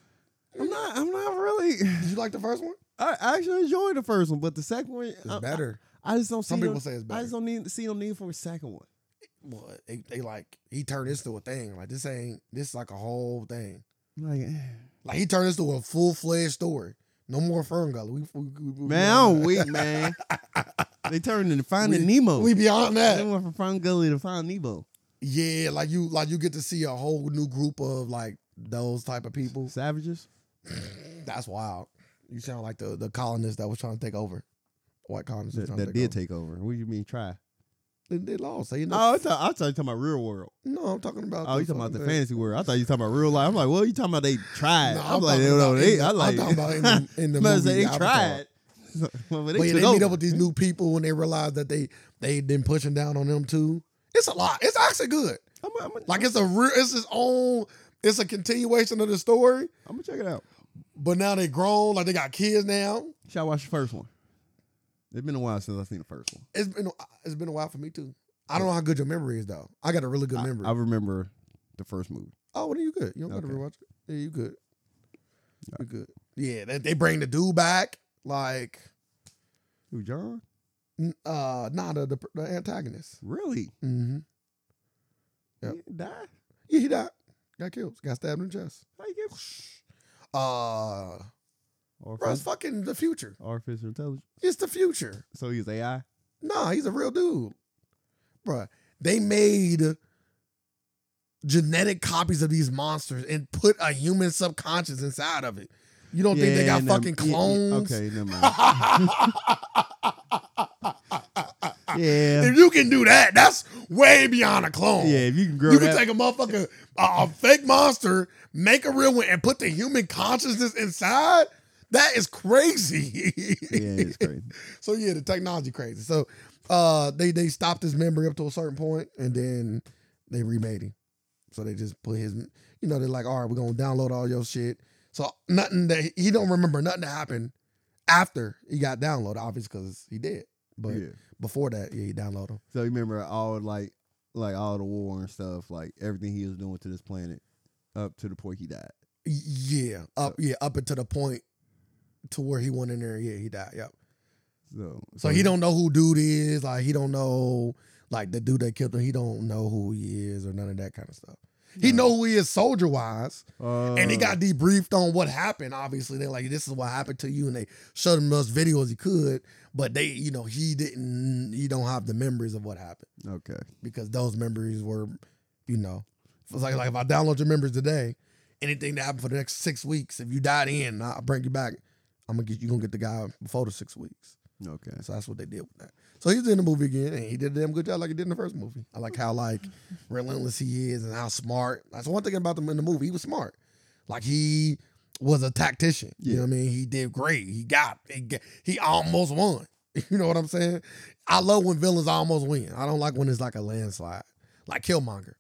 I'm not. I'm not really. Did you like the first one? I I actually enjoyed the first one, but the second one, It's I, better. Uh, I, I just don't see. Some no- people say it's better. I just don't need see no need for a second one. well, they, they like he turned this to a thing. Like this ain't this is like a whole thing. Like, eh. Like he turned this to a full fledged story. No more fern gully. We, we, we, we man, I'm weak, man. they turned into Finding Nemo. We beyond they that. went from Finding Gully to Finding Nemo. Yeah, like you like you get to see a whole new group of like those type of people. Savages. That's wild. You sound like the the colonists that was trying to take over. White colonists That, trying that to did take. take over. What do you mean try? over. They, they lost. They ended up- Oh, I thought I thought you talking about real world. no, I'm talking about. Oh, the you talking about the fucking thing. fantasy world? I thought you talking about real life. I'm like, well, you talking about they tried? No, I'm, I'm like, talking no, no, about they. in- I I'm like. talking about in the- in the I'm about to movie say they Avatar. tried. Well, but But yeah, they took meet over. up with these new people when they realize that they they been pushing down on them too. It's a lot. It's actually good. I'm gonna Like it's a real. It's its own. It's a continuation of the story, check it out. but now they grown. Like they got kids now. Shall I watch the first one? It's been a while since I've seen the first one. It's been it's been a while for me too. I don't know how good your memory is though. I got a really good I- memory. I, remember the first movie. oh, well, then you good. You don't Okay. gotta rewatch it. Yeah, you good. All You good. Yeah, they, they bring the dude back. Like, Who, John? n- uh, nah, the the, the antagonist. Really? Mm-hmm. Yep. He didn't die? Yeah, he died. Got killed. Got stabbed in the chest. How you get? Uh, bro, it's Artificial, fucking the future. artificial intelligence. It's the future. So he's AI. Nah, he's a real dude, Bruh, They made genetic copies of these monsters and put a human subconscious inside of it. You don't think they got never- fucking yeah, yeah, clones? okay, never mind. yeah, if you can do that, that's way beyond a clone. yeah. If you can grow You can that, take a motherfucker, a, a fake monster, make a real one, and put the human consciousness inside. That is crazy. yeah, it's crazy. So yeah, the technology crazy. So uh they they stopped his memory up to a certain point and then they remade him. So they just put his you know, they're like, all right, we're gonna download all your shit. So nothing that he don't remember nothing that happened after he got downloaded, obviously because he did. But yeah. before that, yeah, he downloaded him. So you remember all like like all the war and stuff, like everything he was doing to this planet, up to the point he died. Yeah. Up yeah, up until the point to where he went in there, yeah, he died. Yep. So So he don't know who dude is. Like he don't know like the dude that killed him. He don't know who he is or none of that kind of stuff. He know who he is soldier wise, Uh, and he got debriefed on what happened. Obviously, they're like, "This is what happened to you," and they showed him those videos he could. But they, you know, he didn't. He don't have the memories of what happened okay. because those memories were, you know, it's like like if I download your memories today, anything that happened for the next six weeks, if you died in, I'll bring you back. I'm gonna get you gonna get the guy before the six weeks. Okay. So that's what they did with that. So he's in the movie again, and he did a damn good job, like he did in the first movie. I like how like relentless he is, and how smart. That's one thing about him in the movie. He was smart. Like he was a tactician. You know what I mean? He did great. He got. He, got- he almost won. You know what I'm saying? I love when villains almost win. I don't like when it's like a landslide, like Killmonger.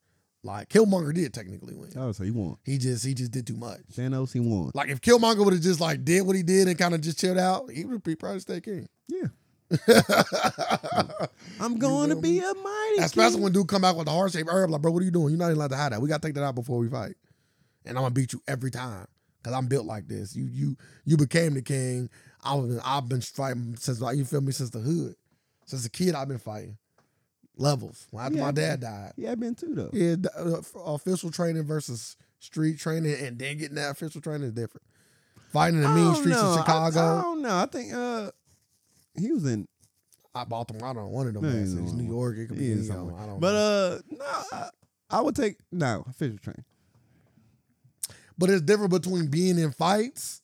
Like Killmonger did technically win. Oh, so he won. He just he just did too much. Thanos, he won. Like if Killmonger would have just like did what he did and kind of just chilled out, he would be probably stay king. Yeah. I'm going to will be a mighty. Especially king. when dude come out with the heart shaped herb, like, bro, what are you doing? You're not even allowed to hide that. We gotta take that out before we fight. And I'm gonna beat you every time. Cause I'm built like this. You you you became the king. I was I've been fighting since like you feel me, since the hood. Since a kid I've been fighting. Levels. When after Yeah. my dad died. Yeah, I've been too though. Yeah, the, uh, f- official training versus street training and then getting that official training is different. Fighting in the I mean don't streets know. I- of I, Chicago. don't know. I think uh, he was in. I, Baltimore, I don't know, one of them. No, bad he's cities. not. New York, it could be He any is of them. somewhere. I don't But know. uh, no, I, I would take no Fisher Train. But it's different between being in fights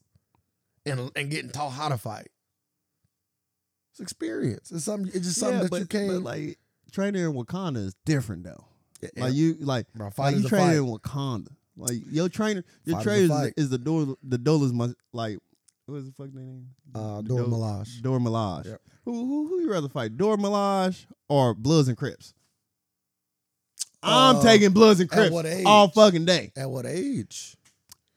and and getting taught how to fight. It's experience. It's something. It's just something yeah, that but, you can't. But like training in Wakanda is different though. Yeah, Like you like bro, like fight you is a training fight. in Wakanda. Like your trainer, your Fight or trainer is, flight. is the door. The Dola's my like. What is the fuck name? Uh, Dora Dope. Milaje. Dora Milaje. Yep. Who who who you rather fight, Dora Milaje or Bloods and Crips? I'm Uh, taking Bloods and at Crips what age? all fucking day, At what age?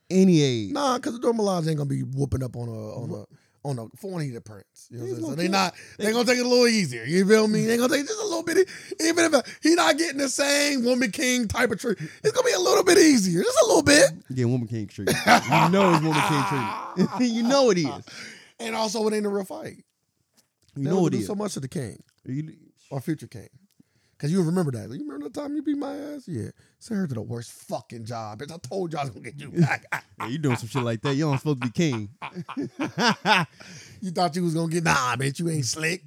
any age. Nah, because the Dora Milaje ain't gonna be whooping up on a on a on a forty to Prince. You know what He's I'm gonna saying? So they kill- not they, they- gonna take it a little easier. You feel me? They gonna take just a little bit. e- Even if he not getting the same woman king type of treat, it's gonna be a little bit easier. Just a little bit. Yeah, Woman King Street. you know it's Woman King Street. you know it is. You And also, it ain't a real fight. You know it do is. so much to the king You- or future king. Cause you remember that. You remember the time you beat my ass? Yeah. Send her to the worst fucking job. Bitch, I told you all I was gonna get you back. Ah, yeah, you doing some shit like that. You don't supposed to be king. you thought you was gonna get nah, bitch, you ain't slick.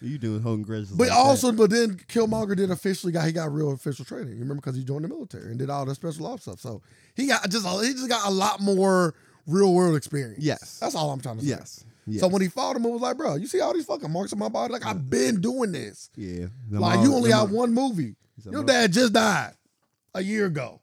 you doing holding grudges. But like that. also, but then Killmonger did officially got he got real official training. You remember because he joined the military and did all the special ops stuff. So he got just a- he just got a lot more real world experience. Yes. that's all I'm trying to say. yes. yes. So when he fought him, it was like, bro, you see all these fucking marks on my body? Like I've been doing this. yeah, like you only had one movie. Them Your all- dad just died a year ago,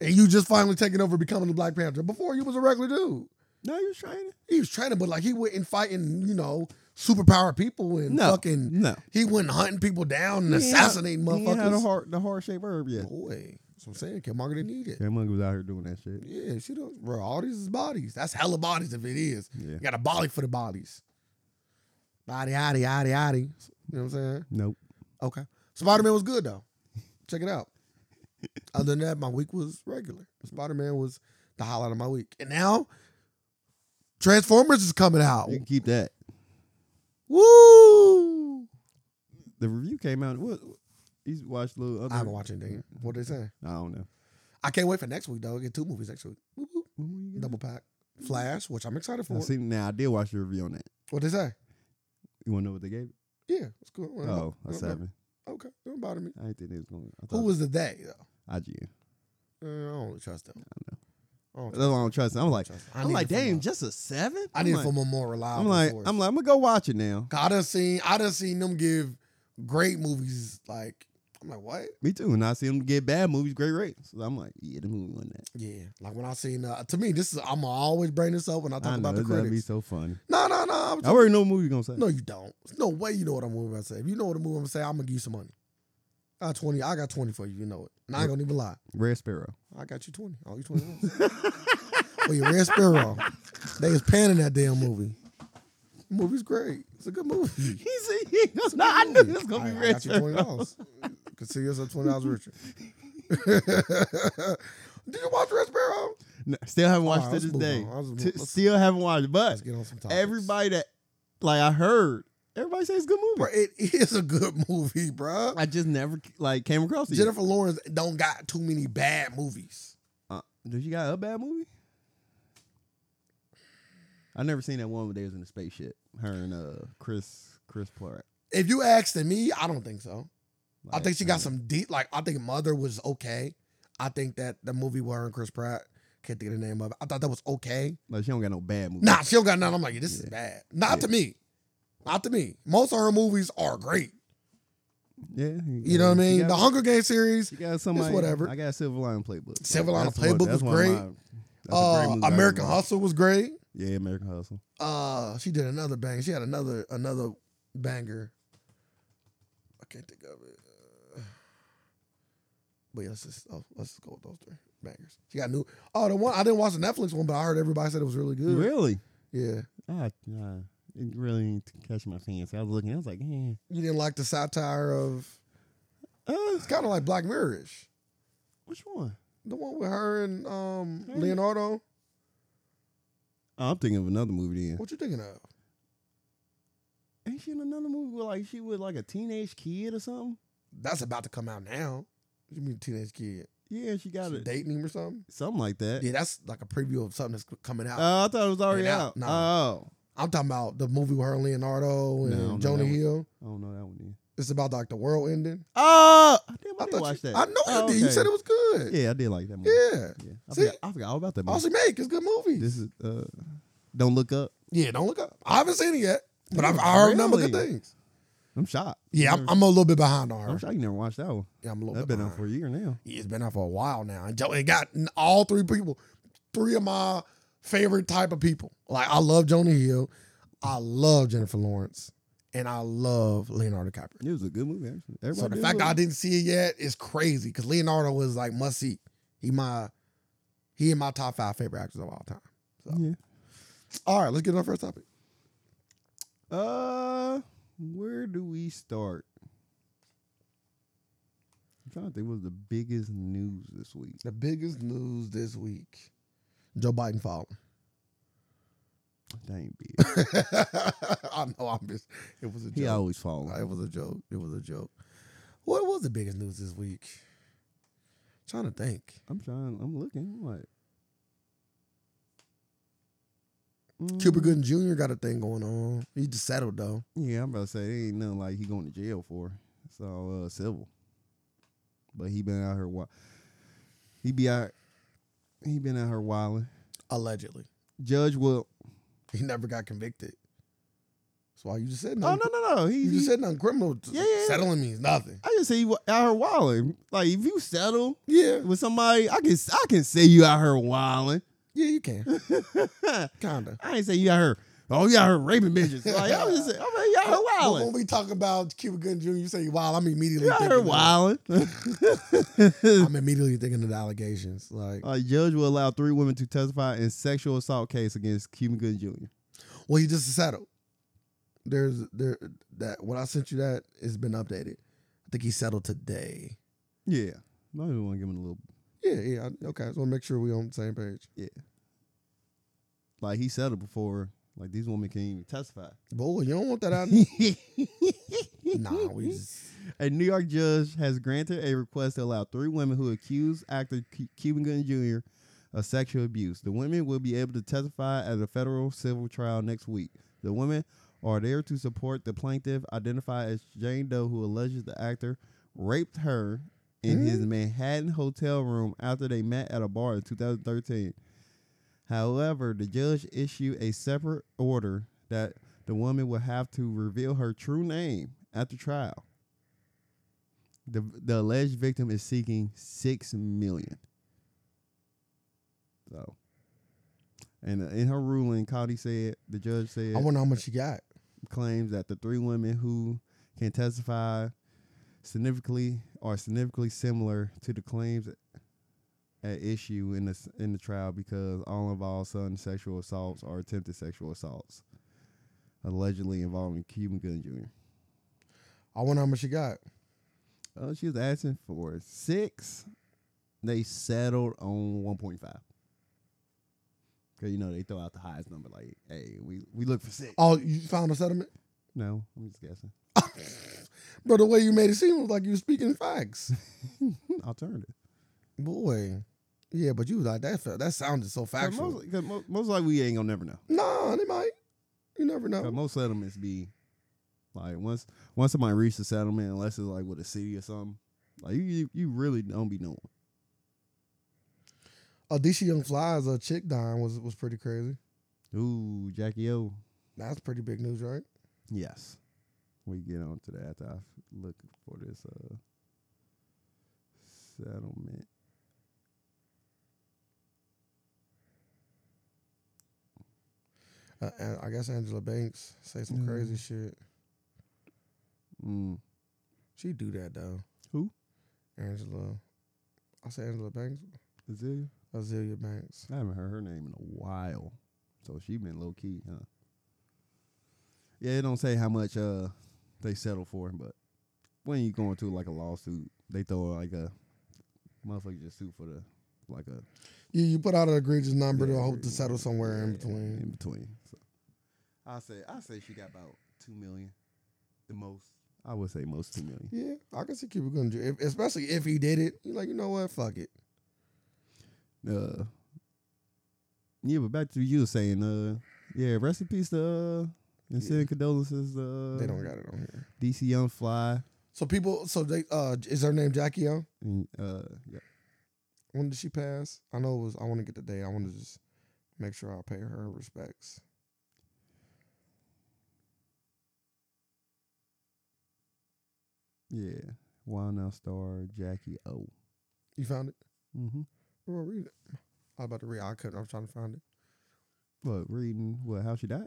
and you just finally taking over becoming the Black Panther. Before you was a regular dude. No, you're trying. He was training, but like he went and fighting, you know, superpower people and No, fucking no. he went hunting people down and He ain't had- assassinating He ain't had a motherfuckers. hard, the hard shape herb yet. Boy, that's what I'm saying. Killmonger didn't need it. That monkey was out here doing that shit. Yeah, she does. Bro, all these is bodies. That's hella bodies if it is. Yeah. You got a body for the bodies. Body, yaddy, yaddy, yaddy. You know what I'm saying? Nope. Okay. Spider Man was good though. Check it out. Other than that, my week was regular. Spider Man was the highlight of my week. And now, Transformers is coming out. You can keep that. Woo! The review came out. What? He's watched a little. Other, I haven't watched anything. What they say? I don't know. I can't wait for next week though. We get two movies next week. Whoop, whoop. What were you gonna- Double pack. Flash, which I'm excited I for. see. Now I did watch the review on that. What they say? You want to know what they gave? it? Yeah, it's cool. Well, Oh, a no, no. seven. Okay, don't bother me. I didn't think it was going. I Uh-huh. Who thought- was the they though? IGN? Uh, I don't really trust them. I don't That's why I don't trust. it. I'm like, trust them. I I'm need like, it for damn, my- just a seven. I I'm need it like- from a more reliable. I'm like, source. I'm like, I'm gonna go watch it now. I done seen, I done seen them give great movies. Like, I'm like, what? Me too. And I see them get bad movies, great rates. So I'm like, yeah, the movie won that. Yeah, like when I seen, uh, to me, this is I'm always bring this up when I talk I know about the it's gonna be critics. so funny. No, no, no. I already know what movie you're gonna say. No, you don't. There's no way you know what I'm moving about to say. If you know what I'm moving about to say, I'm gonna give you some money. I got twenty. I got twenty for you. You know it. And I ain't gonna even lie. Red Sparrow. I got you twenty. I owe you twenty. bucks. well, your Red Sparrow. They was panning that damn movie. The movie's great. It's a good movie. He said, he goes, no, I knew this was I, gonna be I Red got you Sparrow. twenty dollars. Consider yourself twenty dollars richer. Did you watch Red Sparrow? No, still haven't watched All to right, this let's move day. on. Let's move- T- let's- still haven't watched, it, Let's but get on some topics. everybody that like I heard, everybody says it's a good movie. Bruh, it is a good movie, bruh. I just never like came across it. yet. Jennifer Lawrence don't got too many bad movies. Uh, did you got a bad movie? I never seen that one where they was in the spaceship. Her and uh Chris Chris Pratt. If you asking me, I don't think so. I Like, think she got don't- some deep. Like I think Mother was okay. I think that the movie with her and Chris Pratt can't think of the name of it. I thought that was okay. Like she don't got no bad movie. Nah, she don't got none. I'm like, yeah, this is Yeah. bad. Not to me. Not to me. Most of her movies are great. Yeah. You know what I mean? The Hunger Games series, She got somebody. whatever. I got a Silver Lion playbook. Silver Lining that's one- Playbook that's was one of great. my- that's a great uh, movie I American remember. Hustle was great. Yeah, American Hustle. Uh, she did another bang. She had another another banger. I can't think of it. Uh, But yeah, let's just oh, let's just go with those three bangers. She got new. Oh, the one I didn't watch the Netflix one, but I heard everybody said it was really good. Really? Yeah, Ah, nah, it really ain't catching my fancy. I was looking. I was like, eh. you didn't like the satire of Uh, it's kind of like Black Mirror-ish. which one? The one with her and um Hey. Leonardo. Oh, I'm thinking of another movie. Then What you thinking of? ain't she in another movie where like she with like a teenage kid or something? That's about to come out now. You mean teenage kid? Yeah, she got She it. dating him or something? Something like that. Yeah, that's like a preview of something that's coming out. Oh, I thought it was already Yeah, nah, out. nah. Oh, I'm talking about the movie with her and Leonardo and No, no, Jonah that one- Hill. I don't know that one. Then. It's about like the world ending. Oh, damn, I, I, did thought watch you, that. I know you Oh, did. You okay. said it was good. Yeah, I did like that movie. Yeah. Yeah. I, See? forgot, I forgot all about that movie. Also, make it's good movie. this is uh, don't look up. yeah, don't look up. I haven't seen it yet, but I've, Yeah, I heard a number of good really? things. I'm shocked. Yeah, I'm, I'm a little bit behind on her. Mm-hmm. I'm shocked you never watched that one. yeah, I'm a little That's bit been out behind. for a year now. Yeah, it's been out for a while now. And Joe, it got n- all three people, three of my favorite type of people. Like I love Joni Hill, I love Jennifer Lawrence, and I love Leonardo DiCaprio. It was a good movie, actually. Everybody So the did fact that love I it. didn't see it yet is crazy because Leonardo was like must see. He my he in my top five favorite actors of all time. I- yeah. All right, let's get on our first topic. Uh, where do we start? I'm trying to think. What was the biggest news this week? The biggest news this week: Joe Biden falling. That ain't big. I know I'm just. It was a joke. he always falls. Uh, It was a joke. It was a joke. What was the biggest news this week? trying to think. I'm trying. I'm looking. I'm like. Cuba Mm, Gooden Jr. got a thing going on. He just settled though. Yeah, I'm about to say it ain't nothing like he going to jail for. It's all uh, civil. But he been out here. Wa- he be out. He been out here wilding. Allegedly, Judge will. he never got convicted. That's why you just said Oh nothing. no no no. He, You he just said nothing criminal. Yeah, yeah, yeah. Settling means nothing. I just say you out here wilding. Like if you settle Yeah, with somebody, I can I can say you out here wilding. yeah, you can. I Kinda. ain't say you out here. Oh, you out here raping bitches. Like I was just saying, I mean, you out here But When wildling. we talk about Cuba Gooden Jr., you say wild. I'm immediately You out thinking here of- wilding. I'm immediately thinking of the allegations. Like, A judge will allow three women to testify in sexual assault case against Cuban Gooding Jr. Well, he just settled. There's there that what I sent you that has been updated. I think he settled today. Yeah, I just want to give him a little. Yeah, yeah. I- Okay, I just want to make sure we on the same page. Like he settled before. Like these women can't even testify. Boy, you don't want that out. nah, we just A New York judge has granted a request to allow three women who accused actor Cu- Cuban Gooding Jr. of sexual abuse. The women will be able to testify at a federal civil trial next week. The women are there to support the plaintiff, identified as Jane Doe, who alleges the actor raped her in his Manhattan hotel room after they met at a bar in 2013. However, the judge issued a separate order that the woman will have to reveal her true name at the trial. The the alleged victim is seeking six million. So, and uh, in her ruling, Cody said the judge said I wonder how much he got. claims that the three women who can testify significantly are significantly similar to the claims at issue in the s- in the trial because all involved sudden sexual assaults or attempted sexual assaults, allegedly involving Cuban Gooding Jr. I wonder how much he got. Oh, she was asking for six. They settled on one point five. Cause you know they throw out the highest number, like, hey, we we look for six. Oh, you found a settlement, No, I'm just guessing. bro. The way you made it seem was like you were speaking facts. Alternative. Boy, yeah, but you was like that. felt- That sounded so Cause factual. most, cause mo- most likely we ain't gonna never know. nah, they might. You never 'Cause know. most settlements be like once once somebody reaches a settlement, unless it's like with a city or something, like you you, you really don't be knowing. Adisha Young Flies, a chick dying was was pretty crazy. Ooh, Jackie O. That's pretty big news, right? Yes. We get on to that after I look for this uh settlement. Uh, and I guess Angela Banks say some Mm. crazy shit. Mm. She do that though. Who? Angela. I say Angela Banks. Azealia? Azealia Banks. I haven't heard her name in a while. So she been low key, huh? Yeah, it don't say how much uh they settle for, but when you going to like a lawsuit, they throw like a motherfucker just sue for the like a You you put out an egregious number to Yeah, hope to yeah, settle somewhere in yeah, between. In between. So. I say I say she got about two million, the most. I would say most two million. Yeah, I can see Cuba Gooding, Jr. if, especially if he did it. He's like, you know what? Fuck it. Uh, yeah, but back to you saying, uh, yeah, rest in peace to, uh, and send condolences. Uh, They don't got it on here. DC Young Fly So people, so they, uh, is her name Jackie O? and uh, yeah, When did she pass? I know it was. I want to get the day. I want to just make sure I pay her respects. Yeah. Wild Now star Jackie O. You found it? Mm-hmm. Well, read it. I was about to read. I couldn't. I was trying to find it. What reading? What? How she died?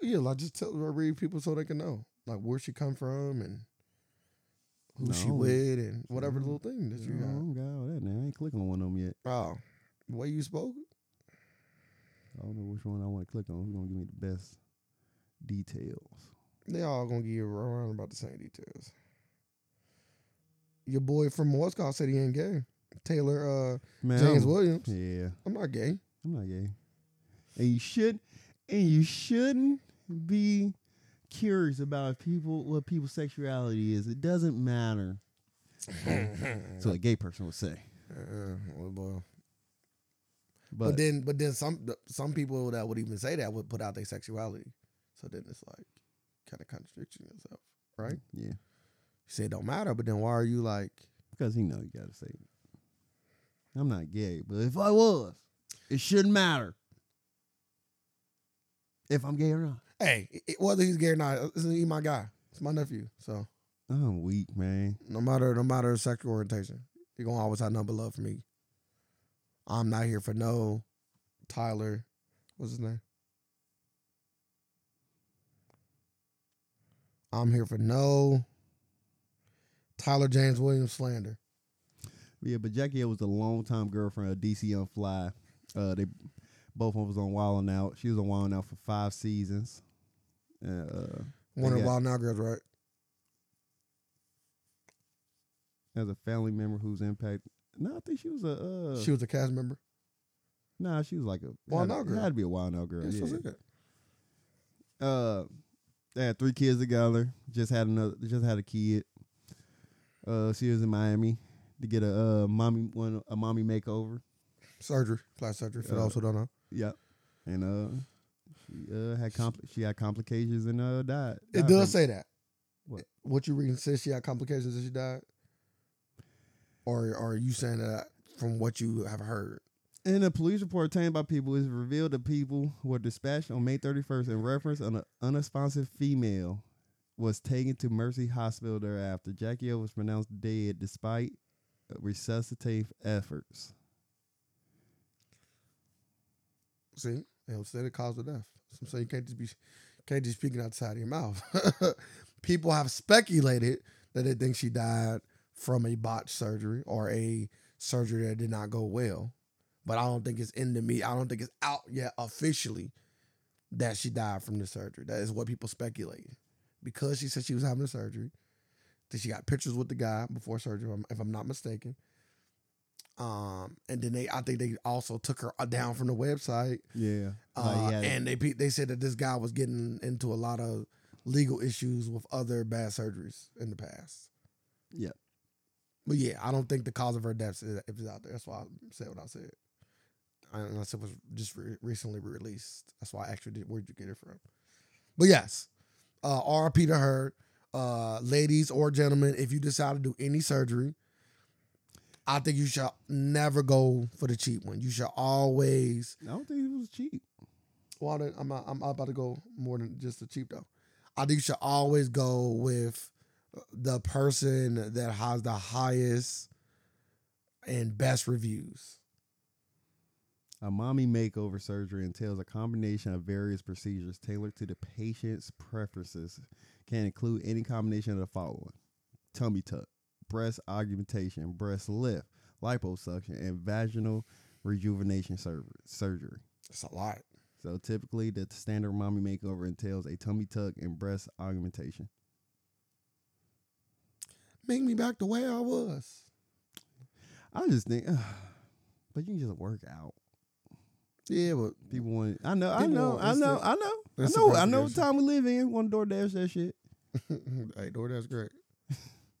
Yeah, like just tell read people so they can know like where she come from and who she No. Mm-hmm. with and whatever No. little thing that you I don't got all Oh, that now. I ain't clicking on one of them yet. got. Oh, the way you spoke. I don't know which one I want to click on. Who's gonna give me the best details? They all gonna give you around about the same details. Your boy from What's called said he ain't gay. Taylor uh, Man, James I'm- Williams. Yeah, I'm not gay. I'm not gay, and you should, and you shouldn't be curious about people what people's sexuality is. It doesn't matter. That's what a gay person would say. Uh, well, boy. But, But, then, but then some some people that would even say that would put out their sexuality. So then it's like kind of contradicting yourself, right? You yeah, say it don't matter, but then why are you like? because he know you gotta say. it. I'm not gay, but if I was, it shouldn't matter if I'm gay or not. Hey, it- it- whether he's gay or not, this is- he my guy. It's my nephew. So I'm weak, man. no matter no matter his sexual orientation, he gonna always have number love for me. I'm not here for no Tyler. What's his name? I'm here for no Tyler James Williams slander. Yeah, but Jackie O was the longtime girlfriend of DC on Fly. Uh, they both of them was on Wild 'N Out. She was on Wild 'N Out for five seasons. Uh, uh, One of Yeah. the Wild Now girls, right? as a family member whose impact, no, I think she was a. Uh, She was a cast member. nah, she was like a Wild had, 'N Out girl. Had to be a Wild 'N Out girl. Yeah, she was yeah. in it. Uh, they had three kids together. Just had another. Just had a kid. Uh, she was in Miami to get a uh, mommy one a mommy makeover. Surgery, plastic surgery. For Uh, those who don't know, Yep. And uh, she uh had compli- she had complications and uh died. it died does from- say that. What? What you reading says she had complications and she died, or are you saying that from what you have heard? In a police report obtained by people, it's revealed that people were dispatched on May 31st in reference an unresponsive female was taken to Mercy Hospital thereafter. Jackie O was pronounced dead despite resuscitative efforts. See, they don't say the cause of death. So I'm saying you can't just be, can't just speaking outside of your mouth. People have speculated that they think she died from a botched surgery or a surgery that did not go well, but I don't think it's in the me. I don't think it's out yet officially that she died from the surgery. That is what people speculate because she said she was having a surgery. That she got pictures with the guy before surgery, if I'm- if I'm not mistaken. Um, and then they, I think they also took her down from the website. Yeah. Uh, and they pe- they said that this guy was getting into a lot of legal issues with other bad surgeries in the past. Yeah. But yeah, I don't think the cause of her death is if it's out there. That's why I said what I said. Unless it was just re- recently released. That's why I actually did. Where'd you get it from? But yes, uh, RP to her, uh, ladies or gentlemen, if you decide to do any surgery, I think you should never go for the cheap one. You should always I don't think it was cheap. well, then I'm not, I'm about to go more than just the cheap though. I think you should always go with uh, the person that has the highest and best reviews. A mommy makeover surgery entails a combination of various procedures tailored to the patient's preferences. Can include any combination of the following tummy tuck, breast augmentation, breast lift, liposuction, and vaginal rejuvenation sur- surgery. It's a lot. So typically, the standard mommy makeover entails a tummy tuck and breast augmentation. Make me back the way I was. I just think, but you can just work out. Yeah, but People want. I know. I People know. want I know. instant- I know. I instant know. I know. what gratification. Time we live in. Want to DoorDash that shit. hey, DoorDash great.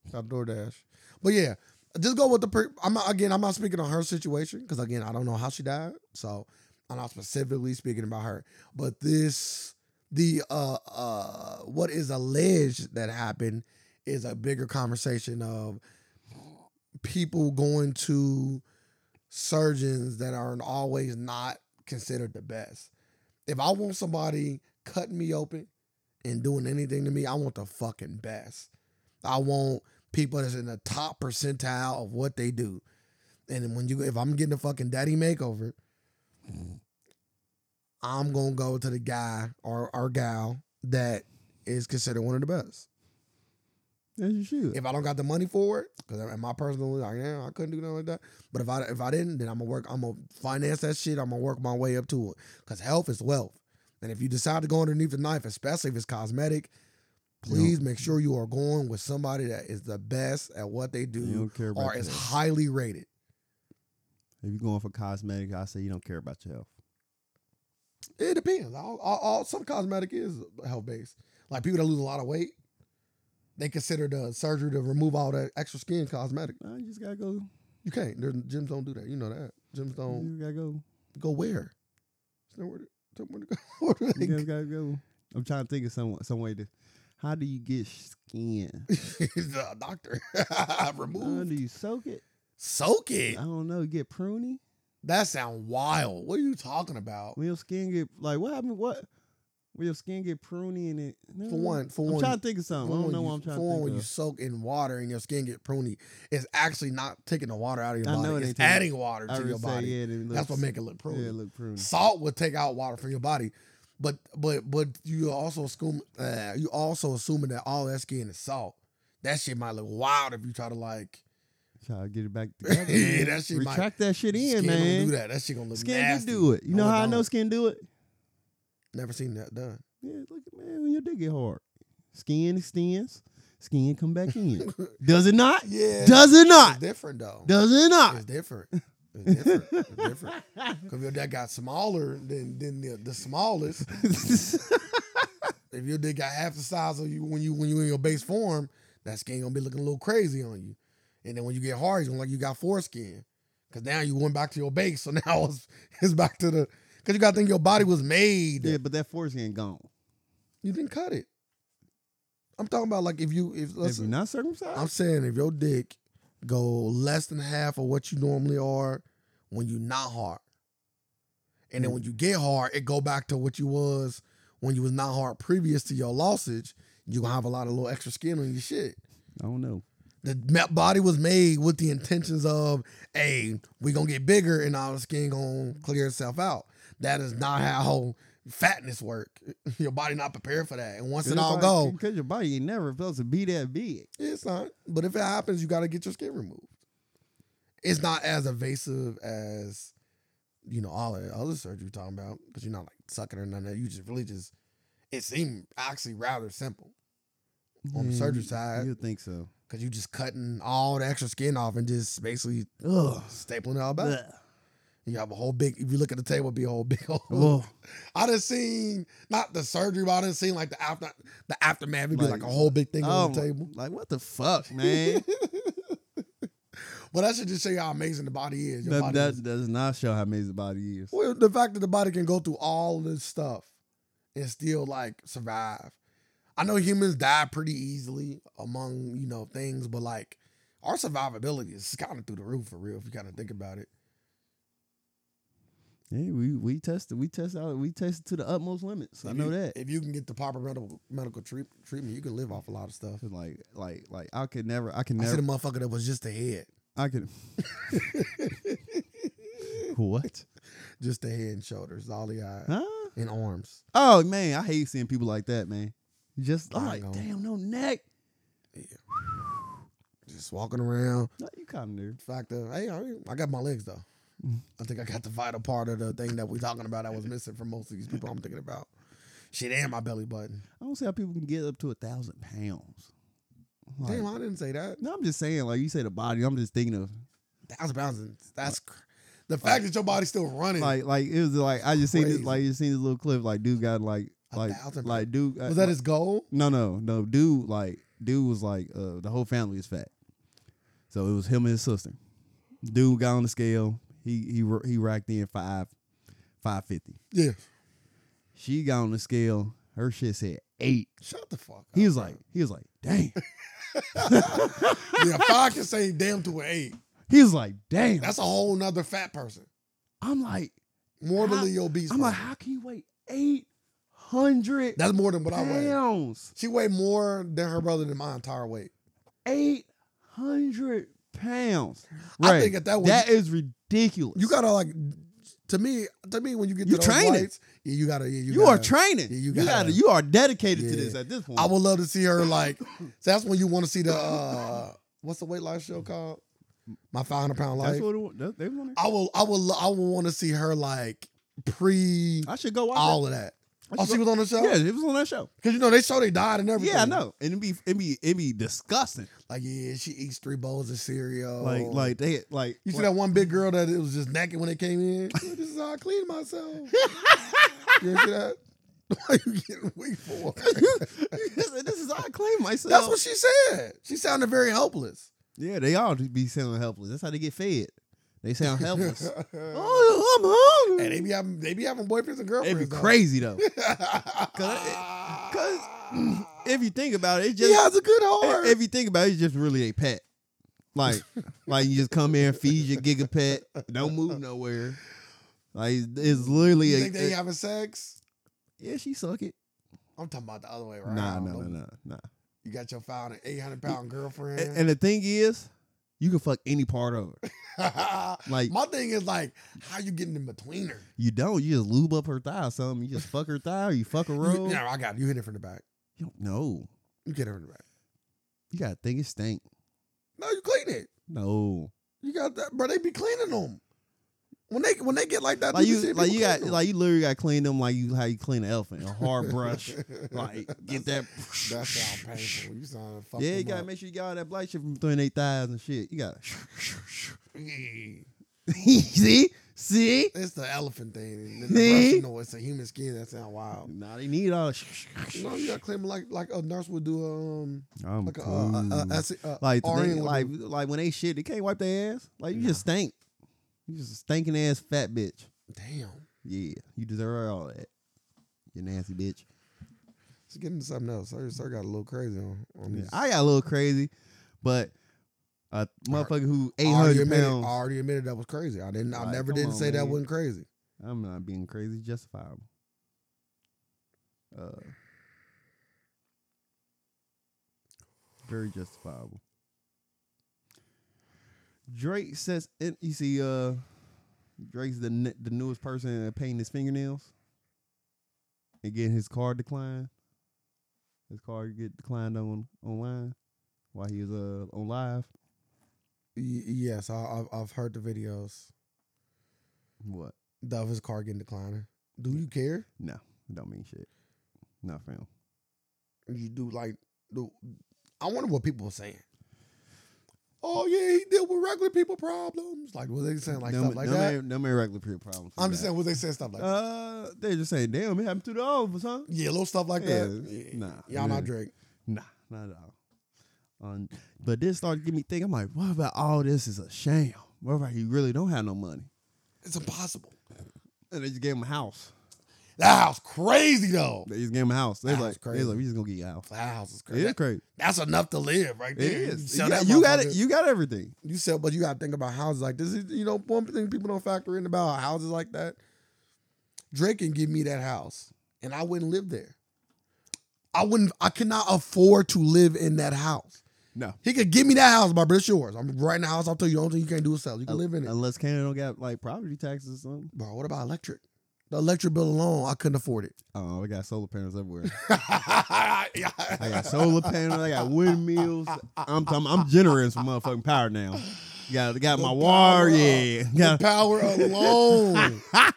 Stop DoorDash. But yeah, just go with the. Per- I'm not, again. I'm not speaking on her situation because again, I don't know how she died, so I'm not specifically speaking about her. But this, the uh, uh, what is alleged that happened is a bigger conversation of people going to surgeons that are always not considered the best. If I want somebody cutting me open and doing anything to me, I want the fucking best. I want people that's in the top percentile of what they do. And then when you if I'm getting a fucking daddy makeover, I'm gonna go to the guy or or gal that is considered one of the best. As you should. If I don't got the money for it, because in my personal, like, yeah, I couldn't do nothing like that. But if I if I didn't, then I'm gonna work. I'm gonna finance that shit. I'm gonna work my way up to it. Because health is wealth. And if you decide to go underneath the knife, especially if it's cosmetic, please make sure you are going with somebody that is the best at what they you do don't care about or your is health. highly rated. If you're going for cosmetic, I say you don't care about your health. It depends. All, all, all some cosmetic is health based. Like people that lose a lot of weight, they consider the surgery to remove all that extra skin cosmetic. Nah, you just gotta go. You can't. There's gyms don't do that. You know that. Gyms don't You gotta go. go where. There's nowhere to, tell them where to go. Where do they You just gotta go. I'm trying to think of some some way to. How do you get skin? the doctor Uh, remove do you soak it? soak I it. don't know. Get pruny. That sound wild. What are you talking about? When your skin get like what happened? What? When your skin get pruny and it? No, For one, for I'm one, trying to think of for something. I one, don't know you- what I'm trying for one, to when you think soak in water and your skin get pruny, it's actually not taking the water out of your I body. know it ain't it's taking- adding water of. I to your would say body. yeah. then it That's what looks- make it look pruny. Yeah, it look pruny. Salt will take out water from your body, but but but you also assume uh, you also assuming that all that skin is salt. That shit might look wild if you try to like Try to get it back together. Yeah, man. that shit might- Retract that shit in, skin man. Don't do that. That shit gonna look Skin nasty. did do it. You No, know it how I know don't. skin do it? Never seen that done. Yeah, look at man when your dick get hard. Skin extends. Skin come back in. Does it not? Yeah, Does it It's not? different though. Does it not? It's different. It's different. It's different. Cause if your dick got smaller than than the, the smallest, if your dick got half the size of you when you when you in your base form, that skin gonna be looking a little crazy on you. And then when you get hard, it's gonna like you got foreskin. Cause now you went back to your base, so now it's it's back to the cause you gotta think your body was made. yeah, but that foreskin gone. You didn't cut it. I'm talking about like if you if If let's you're not circumcised, I'm saying if your dick go less than half of what you normally are when you not hard. And then when you get hard, it go back to what you was when you was not hard previous to your lossage, you gonna have a lot of little extra skin on your shit. I don't know. The ma- body was made with the intentions of, hey, we gonna get bigger and all the skin gonna clear itself out. That is not how fatness work. your body not prepared for that. And once it all go, Because your body ain't never supposed to be that big. It's not. But if it happens, you got to get your skin removed. It's not as invasive as, you know, all the other surgery you're talking about because you're not like sucking or none of that. You just really just, it seemed actually rather simple on the Yeah, surgery you- side You think so? because you just cutting all the extra skin off and just basically Ugh. stapling it all back. You have a whole big, if you look at the table, it'd be a whole big hole. Oh, I done seen, not the surgery, but I done seen like the after, the aftermath, it'd be like, Like- um, a whole big thing on the my- table. Oh, Like what the fuck, man? Well, that should just show you how amazing the body is. Your that, body is- that does not show how amazing the body is. Well, the fact that the body can go through all this stuff and still like survive. I know humans die pretty easily among, you know, things, but like our survivability is kind of through the roof for real if you kind of think about it. Yeah, we we tested, we tested out, we tested to the utmost limits. I If know you- that. If you can get the proper medical medical treat, treatment, you can live off a lot of stuff. 'Cause like like like I could never, I could I never, see the motherfucker that was just a head. I could. what? Just a head and shoulders, all the eyes Huh? and arms. Oh man, I hate seeing people like that, man. Just I'm I like, know. damn, no neck. Just walking around. No, you kind of nerd. fact of hey, I, I got my legs though. Mm. I think I got the vital part of the thing that we're talking about that was missing from most of these people I'm thinking about. Shit, and my belly button. I don't see how people can get up to a thousand pounds. Like, Damn, I didn't say that. No, I'm just saying, like you say, the body. I'm just thinking of Thousand pounds. and That's cr- the fact that your body's still running. like, like it was like I just seen this, Crazy. like you seen this little clip, like dude got like, A like, thousand like dude. was that his goal? No, no, no. Dude, like dude was like, uh, the whole family is fat, so it was him and his sister. Dude got on the scale. He he ra- he racked in five, five fifty. Yeah. She got on the scale. Her shit said eight. Shut the fuck. Up. He was like, he was like, dang. yeah, five can say damn to an eight. he was like, damn. That's a whole nother fat person, I'm like, morbidly obese. I'm like, person. how can you weigh eight hundred That's more than what I weigh. pounds? She weighed more than her brother than my entire weight. Eight hundred pounds. I Right. think at that one- that is ridiculous. You gotta like to me to me when you get to You those training. lights, yeah, you gotta yeah, you, You, gotta, are training. yeah, you you, gotta- gotta, You are dedicated to Yeah. this at this point. I would love to see her like. so that's when you want to see the uh, what's the weight loss show called? My five hundred pound life. That's what it, wa- that, they want. I will. I will. lo- I will want to see her like pre I should go watch. all of that. that. I Oh, should she go- was on the show. yeah, it was on that show. Cause you know they show they died and everything. Yeah, I know. And it'd be it'd be it'd be disgusting. Like yeah, she eats three bowls of cereal. Like like they like Oh. you see like- that one big girl that it was just naked when they came in. "Yeah, this is how I clean myself. you ever see that? Why you getting weak for? this, this is how I claim myself. That's what she said. She sounded very helpless. yeah, they all be sounding helpless. That's how they get fed. They sound helpless. oh, I'm And hungry. they be having they be having boyfriends and girlfriends. It'd be though. crazy though. Cause if you think about it, it's just he has a good heart. if you think E-, about it, it's just really a pet. Like like you just come here and feed your giga pet. Don't move nowhere. Like it's literally you a think they having sex? yeah. She suck it. I'm talking about the other way around. Nah, nah, nah, nah, nah. You got your five and eight hundred pound girlfriend. And, and the thing is, you can fuck any part of her. Like my thing is like, how you getting in between her? you don't. You just lube up her thigh or something. You just fuck her thigh or you fuck her You, roll. no, I got it. you hit it from the back. You don't know. You get it from the back. You gotta think it stink. No, you clean it. No. You got that, bro. They be cleaning them when they when they get like that. Like be you seeing like people you got clean 'em. like you literally gotta clean them like you how you clean an elephant. A hard brush. Like get that That sound painful. You sound fucking. Yeah, you gotta make sure you got all that black shit from between their thighs and shit. You gotta make. See? See? It's the elephant thing. The See? brush, no, it's a human skin. That sound wild. Nah, they need all that. No, you gotta clean 'em like like a nurse would do. Um, I'm like a, uh, uh, uh, acid- uh, like the RN thing- would like do. like when they shit, they can't wipe their ass. Like you just stink. You just a stinking ass fat bitch. Damn. Yeah, you deserve all that. You nasty bitch. Let's get into something else. Sir, sir got a little crazy on, on Yeah, this. I got a little crazy, but a motherfucker who eight already hundred admitted, pounds. I already admitted that was crazy. I didn't. I Like, never come did on, say that man. wasn't crazy. I'm not being crazy. Justifiable. Uh, very justifiable. Drake says, and "You see, uh, Drake's the ne- the newest person in painting his fingernails and getting his card declined. His card get declined on online while he was uh on live. Y- yes, I, I've, I've heard the videos What? of his car getting declined. Do you care? No, don't mean shit. Not fam. You do like do. I wonder what people were saying. Oh yeah, he deal with regular people problems. Like was they saying like Them- stuff like them that? ain't- them ain't regular people problems. I'm Yeah. just saying was they saying stuff like that? Uh, they just say, damn, it happened to the all of us, huh? yeah, little stuff like that. yeah, Yeah. nah. Y'all not Yeah. Drake. Nah, not at all. Um, but this started getting me thinking. I'm like, what about all this is a sham? What about you really don't have no money? It's impossible. And they just gave him a house. That house crazy though. They just gave him a house. They That's like, they crazy. like, we just gonna get you a house. That house is It crazy. is crazy. That's enough to live right It there. is. sell You got, that you got motherfucker. it. You got everything. You said, but you got to think about houses like this. Is, you know, one thing people don't factor in about houses like that. Drake can give me that house, and I wouldn't live there. I wouldn't. I cannot afford to live in that house. No, He could give me that house, but it's yours. I'm right in the house. I'll tell you, the only thing you can't do is sell. You can live in it, unless Canada don't got like property taxes or something. bro. What about electric? The electric bill alone, I couldn't afford it. Oh, I got solar panels everywhere. I I got solar panels. I got windmills. I'm I'm, I'm generating some motherfucking power now. Got got my The wire. power up. Yeah, The got power alone. the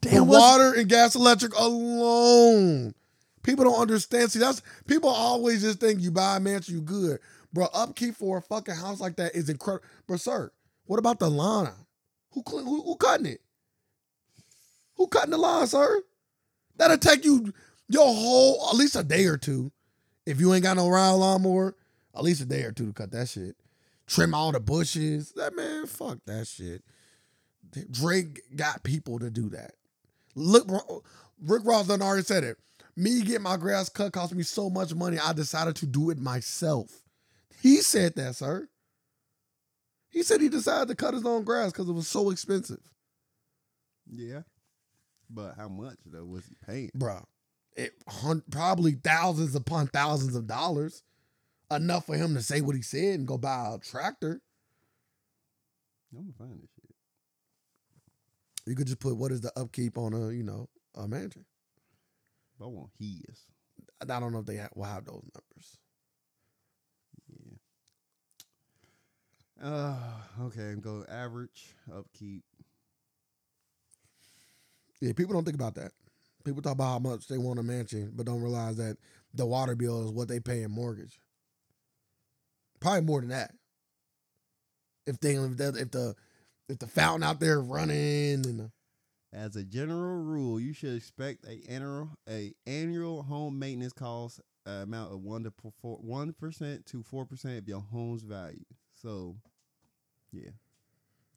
damn what's- water and gas electric alone. People don't understand. See, that's people always just think you buy a mansion, you good. Bro, upkeep for a fucking house like that is incredible. But sir, what about the lawn? Who, cl- who who cutting it? Who cutting the lawn, sir? That'll take you your whole at least a day or two. If you ain't got no round lawnmower, at least a day or two to cut that shit. Trim all the bushes. That man, fuck that shit. Drake got people to do that. Look, Rick Ross done already said it. Me getting my grass cut cost me so much money, I decided to do it myself. He said that, sir. He said he decided to cut his own grass because it was so expensive. Yeah. But how much though was he paying? Bruh, it hun- probably thousands upon thousands of dollars. enough for him to say what he said and go buy a tractor. I'm gonna find this shit. You could just put what is the upkeep on a you know a mansion. But I want his. I don't know if they have, will have those numbers. Yeah. Uh, okay. Go average upkeep. Yeah, people don't think about that. People talk about how much they want a mansion, but don't realize that the water bill is what they pay in mortgage. Probably more than that. If they if the if the, if the fountain out there running and the, As a general rule, you should expect a annual a annual home maintenance cost uh, amount of one to one percent to four percent of your home's value. So, yeah.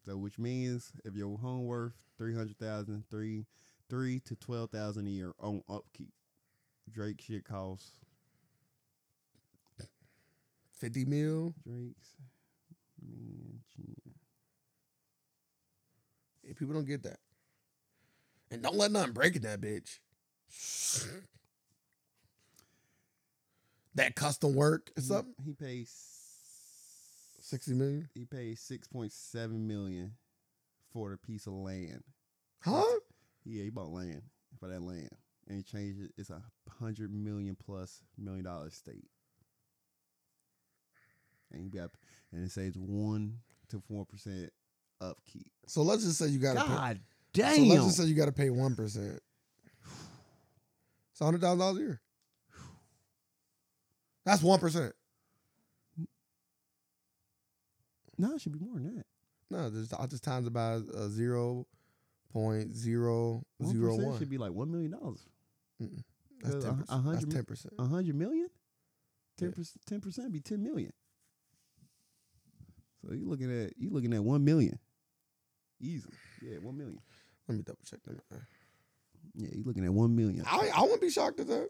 So which means if your home worth three hundred thousand, three three to twelve thousand a year on upkeep, Drake shit costs fifty mil, Drake's mansion. yeah, people don't get that. And don't let nothing break in that bitch. that custom work is He- up He pays sixty million, He pays six point seven million for the piece of land. huh? Yeah, he bought land for that land, and he changed it. It's a hundred million plus million dollar state, and he got and it says one to four percent upkeep. So let's just say you got to pay. damn! So let's just say you got to pay one percent. It's hundred thousand dollars a year. That's one percent. no, it should be more than that. No, just I just times it by uh, zero point zero One zero percent should one. be like one million dollars. Mm-mm. That's a- ten a percent. hundred That's mi- ten percent. A hundred million? Yeah. Ten percent ten percent be ten million. So you looking at you looking at one million. Easy. Yeah, one million. Let me double check Oh. that. Yeah, you looking at one million. I I wouldn't be shocked at that.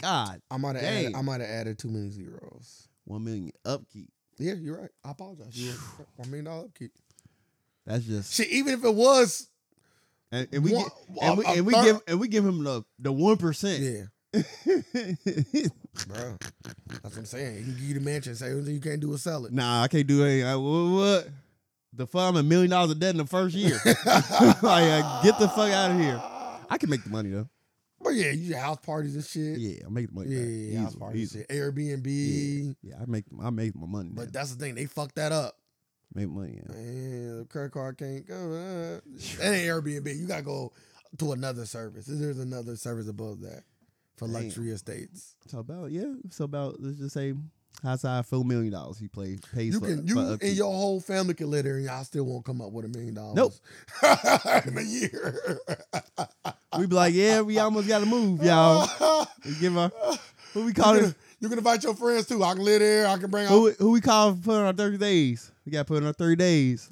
God. I might have added, Dang. I might have added too many zeros. One million upkeep. Yeah, you're right. I apologize. You were- one million dollar upkeep. That's just Shit, even if it was, and, and we one- get, and we, a- a and we third- give and we give him the the one percent. yeah, bro. That's what I'm saying. He can give you the mansion. Say "Only thing you can't do is sell it. nah, I can't do anything. I, what, what? The fuck I'm a million dollars of debt in the first year. like uh, get the fuck out of here. I can make the money though. But yeah, you house parties and shit. Yeah, Yeah, I make the money. yeah, back. yeah, house Easy, parties, easy. and shit. Airbnb. Yeah, I make I make my money. But now. that's the thing, they fucked that up. make money. Yeah. Man, the credit card can't go. uh, That ain't Airbnb. You gotta go to another service. There's another service above that for Damn. luxury estates. So about yeah. So about let's just say outside four million dollars he plays pays You for, can for you and upkeep. your whole family can live there, and y'all still won't come up with a million dollars. Nope. in a year. We be like yeah, we almost got to move, y'all. We give our who we call it you can invite your friends too. I can live there. I can bring. Out, who, who we call for putting our thirty days. We got to put in our thirty days,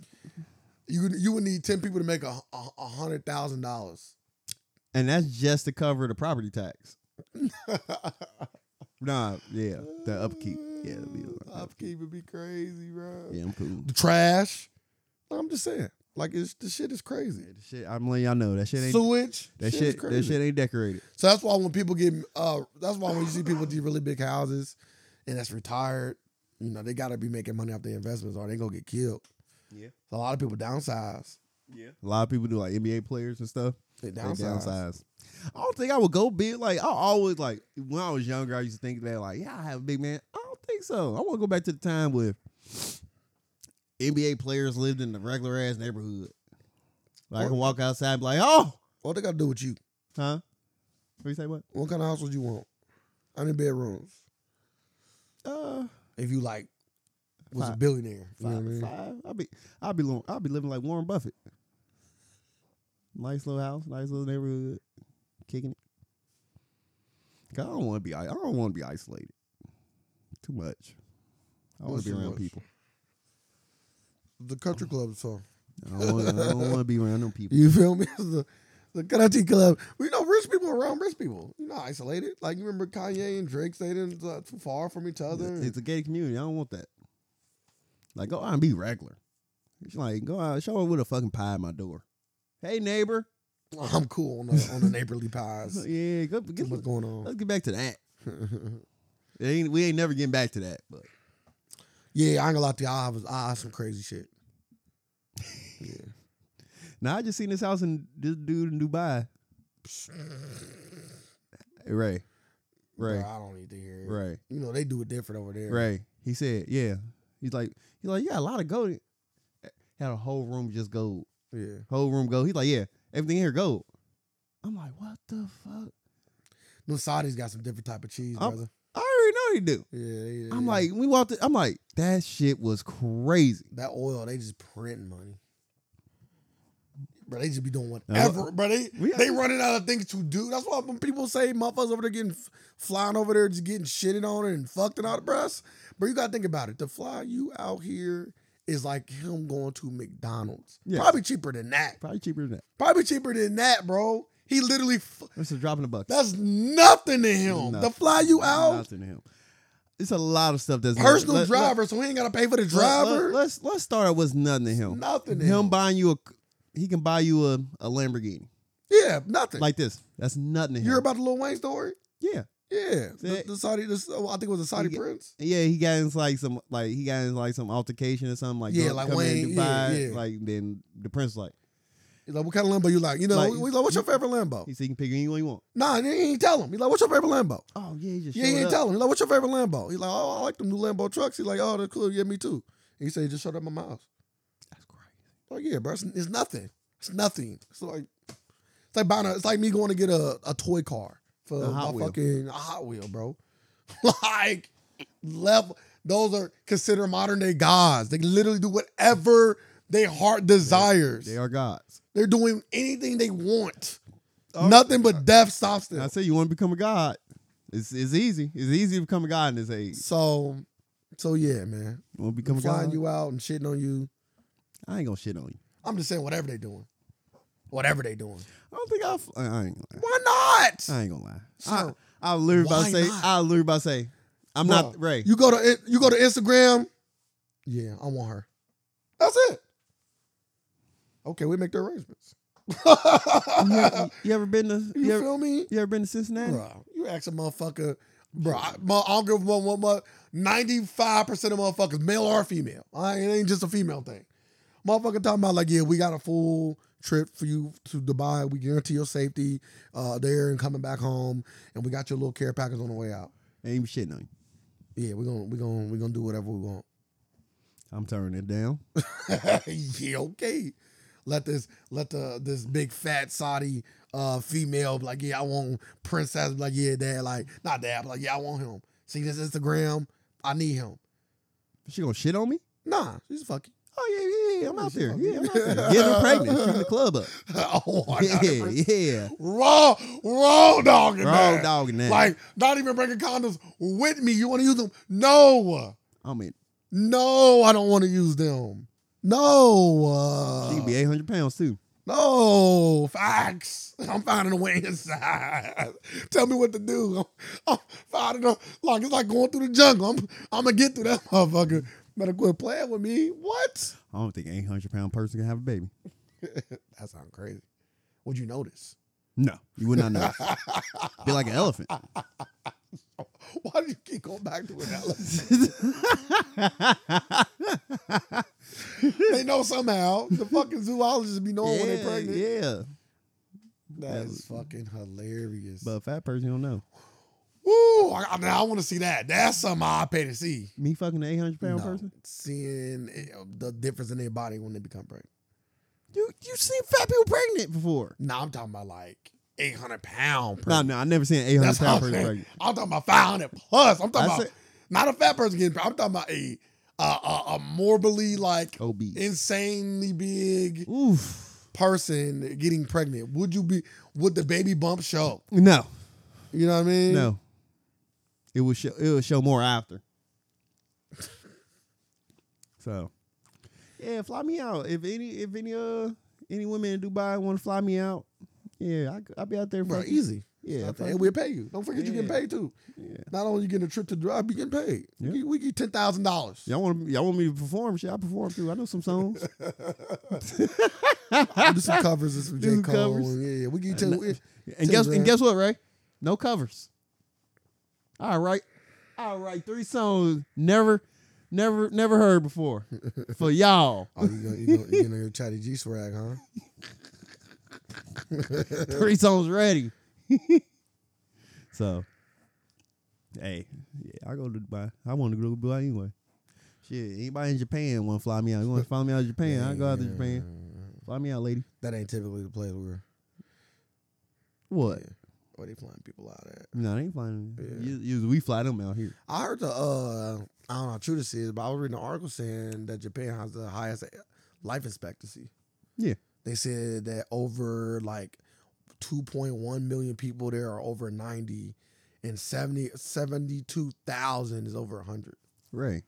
you you would need ten people to make a, a, a hundred thousand dollars. and that's just to cover the property tax. Nah, yeah, the upkeep. Yeah, it'll be a lot. upkeep would be crazy, bro. Yeah, I'm cool. The trash. No, I'm just saying, like it's the shit is crazy. Yeah, the shit, I'm letting y'all know that shit ain't Sewage. that is shit that shit ain't decorated. So that's why when people get, uh, that's why when you see people with these really big houses, and that's retired, you know they got to be making money off their investments, or they gonna get killed. Yeah. So a lot of people downsize. Yeah, a lot of people do like NBA players and stuff. They They downsize. downsize. I don't think I would go big. Like I always like when I was younger, I used to think that like, yeah, I have a big man. I don't think so. I want to go back to the time where NBA players lived in the regular ass neighborhood. Like, I can walk outside and be like, oh, What they got to do with you? huh? What you say? What? What kind of house would you want? How many bedrooms? Uh, If you like, was a Five. billionaire. You know what I five, mean? five. I'll be, I'll be, lo- I'll be living like Warren Buffett. Nice little house, nice little neighborhood, kicking it. 'Cause I don't want to be, I I don't want to be isolated. Too much. I want What's to be too around much? people. The country club song. I don't wanna- I don't want to be around them people. You feel me? the, the country club. We know rich people around rich people. You're not isolated. Like you remember Kanye and Drake stayed uh, too far from each other. It's a gated community. I don't want that. Like, go out and be regular. It's like go out, show up with a fucking pie at my door. Hey neighbor. I'm cool on the, on the neighborly pies. Yeah, go, What's get, going on? let's get back to that. It ain't, we ain't never getting back to that. But Yeah, I ain't gonna lie to you. I was I have some crazy shit. now I just seen this house in this dude in Dubai. Ray, Ray, Bro, I don't need to hear it. Ray, You know they do it different over there. Ray. He said, "Yeah." He's like, he's like, yeah, a lot of gold. Had a whole room just gold. Yeah. Whole room gold. He's like, yeah, everything here gold. I'm like, what the fuck? Them Saudis got some different type of cheese, I'm- brother. I already know he do. Yeah. they- I'm yeah. like, we walked. In, I'm like, that shit was crazy. that oil, they just printing money. Bro, they just be doing whatever. bro, they, we- they running out of things to do. That's why when people say motherfuckers over there getting f- flying over there, just getting shitted on and fucked and all the bruh. But you gotta think about it. To fly you out here is like him going to McDonald's. Yeah. Probably cheaper than that. Probably cheaper than that. Probably cheaper than that, bro. He literally, f- It's a drop in the bucket. that's nothing to him. Nothing. To fly you out, Nothing to him. It's a lot of stuff that's personal let- let- driver, so he ain't gotta pay for the let- driver. Let, us let's start out with nothing to him. nothing to him him. buying you a, he can buy you a, a Lamborghini yeah, nothing. like this. That's nothing to him. you hear about the Lil Wayne story? yeah, Yeah, the, That- the Saudi. The, oh, I think it was the Saudi He got- prince. yeah. He got into like some like he got into like some altercation or something like Yeah, drunk like coming in Wayne, yeah, Dubai, yeah. Like then the prince like He's like, what kind of Limbo you like? You know, Like, we like, what's your favorite Limbo? he said he can pick anyone you want. Nah, he ain't tell him. He's like, what's your favorite Limbo? Oh yeah, he just Yeah, showed he ain't up. tell him. He's like, what's your favorite Lambo? He's like, oh, I like them new Lambo trucks. He's like, oh, that's cool. Yeah, me too. he said, he just showed up at my house. That's crazy. Like, yeah, bro, it's, it's nothing. It's nothing. It's like, it's like buying a, it's like me going to get a, a toy car for A Hot my Wheel. fucking a Hot Wheel, bro. like, level. Those are considered modern day gods. They can literally do whatever their heart desires. They are gods. They're doing anything they want. Oh, Nothing but death stops And I them. say you want to become a god. It's it's easy. It's easy to become a god in this age. So, so yeah, man. You want to become a flying god? you out and shitting on you. I ain't gonna shit on you. I'm just saying whatever they doing. Whatever they doing. I don't think I'll. F- I I ain't gonna Why not? lie. I ain't gonna lie. So, I, I literally about to why say. not? I literally about to say. I'm not Bruh, Ray. You go to you go to Instagram. Yeah, I want her. That's it. Okay, we make the arrangements. You, ever- you ever been to? you You ever, feel me, you ever been to Cincinnati? bro? You ask a motherfucker, bro. I, mo- I don't give one one what. Ninety five percent of motherfuckers, male or female. I, it ain't just a female thing. Motherfucker talking about like, yeah, we got a full trip for you to Dubai. We guarantee your safety uh, there and coming back home, and we got your little care package on the way out. Ain't even shitting on you. Yeah, we're gonna we're gonna we're gonna do whatever we want. I'm turning it down. yeah, okay. Let this let the this big fat Saudi uh female be like, yeah, I want princess be like, yeah, dad, like not dad, but like, yeah, I want him. See this Instagram, I need him. She gonna shit on me? Nah, she's fucking. Oh yeah, yeah, yeah. I'm Yeah, out she there. fucking- Yeah, I'm out there. Get her pregnant. Shooting the club up. oh, Yeah, 100%. yeah. raw, raw dog in Raw there. dog in that. Like, not even bringing condoms with me. You want to use them? No, I'm in. no, I don't want to use them. No, She uh, could be 800 pounds too. No, facts. I'm finding a way inside. Tell me what to do. I'm, I'm finding a like it's like going through the jungle. I'm I'm gonna get through that motherfucker. Better quit playing with me. What? I don't think an 800 pound person can have a baby. That sounds crazy. Would you notice? No, you would not know. be like an elephant. Why do you keep going back to it? Now? they know somehow. The fucking zoologists be knowing when they're pregnant. yeah. That is fucking hilarious. But a fat person don't know. Woo! I, I, now I want to see that. That's something I pay to see. Me fucking an 800 pound No, person? Seeing uh, the difference in their body when they become pregnant. You you seen fat people pregnant before. Nah, I'm talking about like 800 pound No, pregnant. no, I never seen an 800 That's pound how person I'm, pregnant. I'm talking about 500 plus. I'm talking I about said- not a fat person getting pregnant. I'm talking about a, a, a, a morbidly like Obese. insanely big Oh. Oof. person getting pregnant. Would you be, would the baby bump show? No, You know what I mean? no. It will show. It will show more after. So, yeah, fly me out. If any, if any, uh, any women in Dubai want to fly me out, yeah, I, will be out there. Bro, fucking- easy. Yeah, and fucking- we'll pay you. Don't forget you get Yeah. paid too. yeah. Not only you getting a trip to drive, you getting paid. Yeah. We- We get ten thousand dollars. Y'all want y'all want me to perform? Shit, I perform too. I know some songs. We'll do some covers and some Do J. some Cole. covers. Uh, and yeah, yeah, we get you. And guess and guess what, Ray? No covers. All right, All right, three songs never, never, never heard before for y'all. Oh, you gonna you gonna, you gonna hear Chatty G swag, huh? Three songs ready. so, hey, yeah, I go to Dubai. I want to go to Dubai anyway. Shit, anybody in Japan want to fly me out? You want to fly me out to Japan? I go out to Japan. Fly me out, lady. That ain't typically the place where What? Yeah. where they flying people out at. No, they ain't flying. me. Yeah. Us- Usually we fly them out here. I heard the uh I don't know how true this is, but I was reading an article saying that Japan has the highest life expectancy. Yeah. They said that over like 2.1 million people there are over 90 and 70 72,000 is over 100. Right.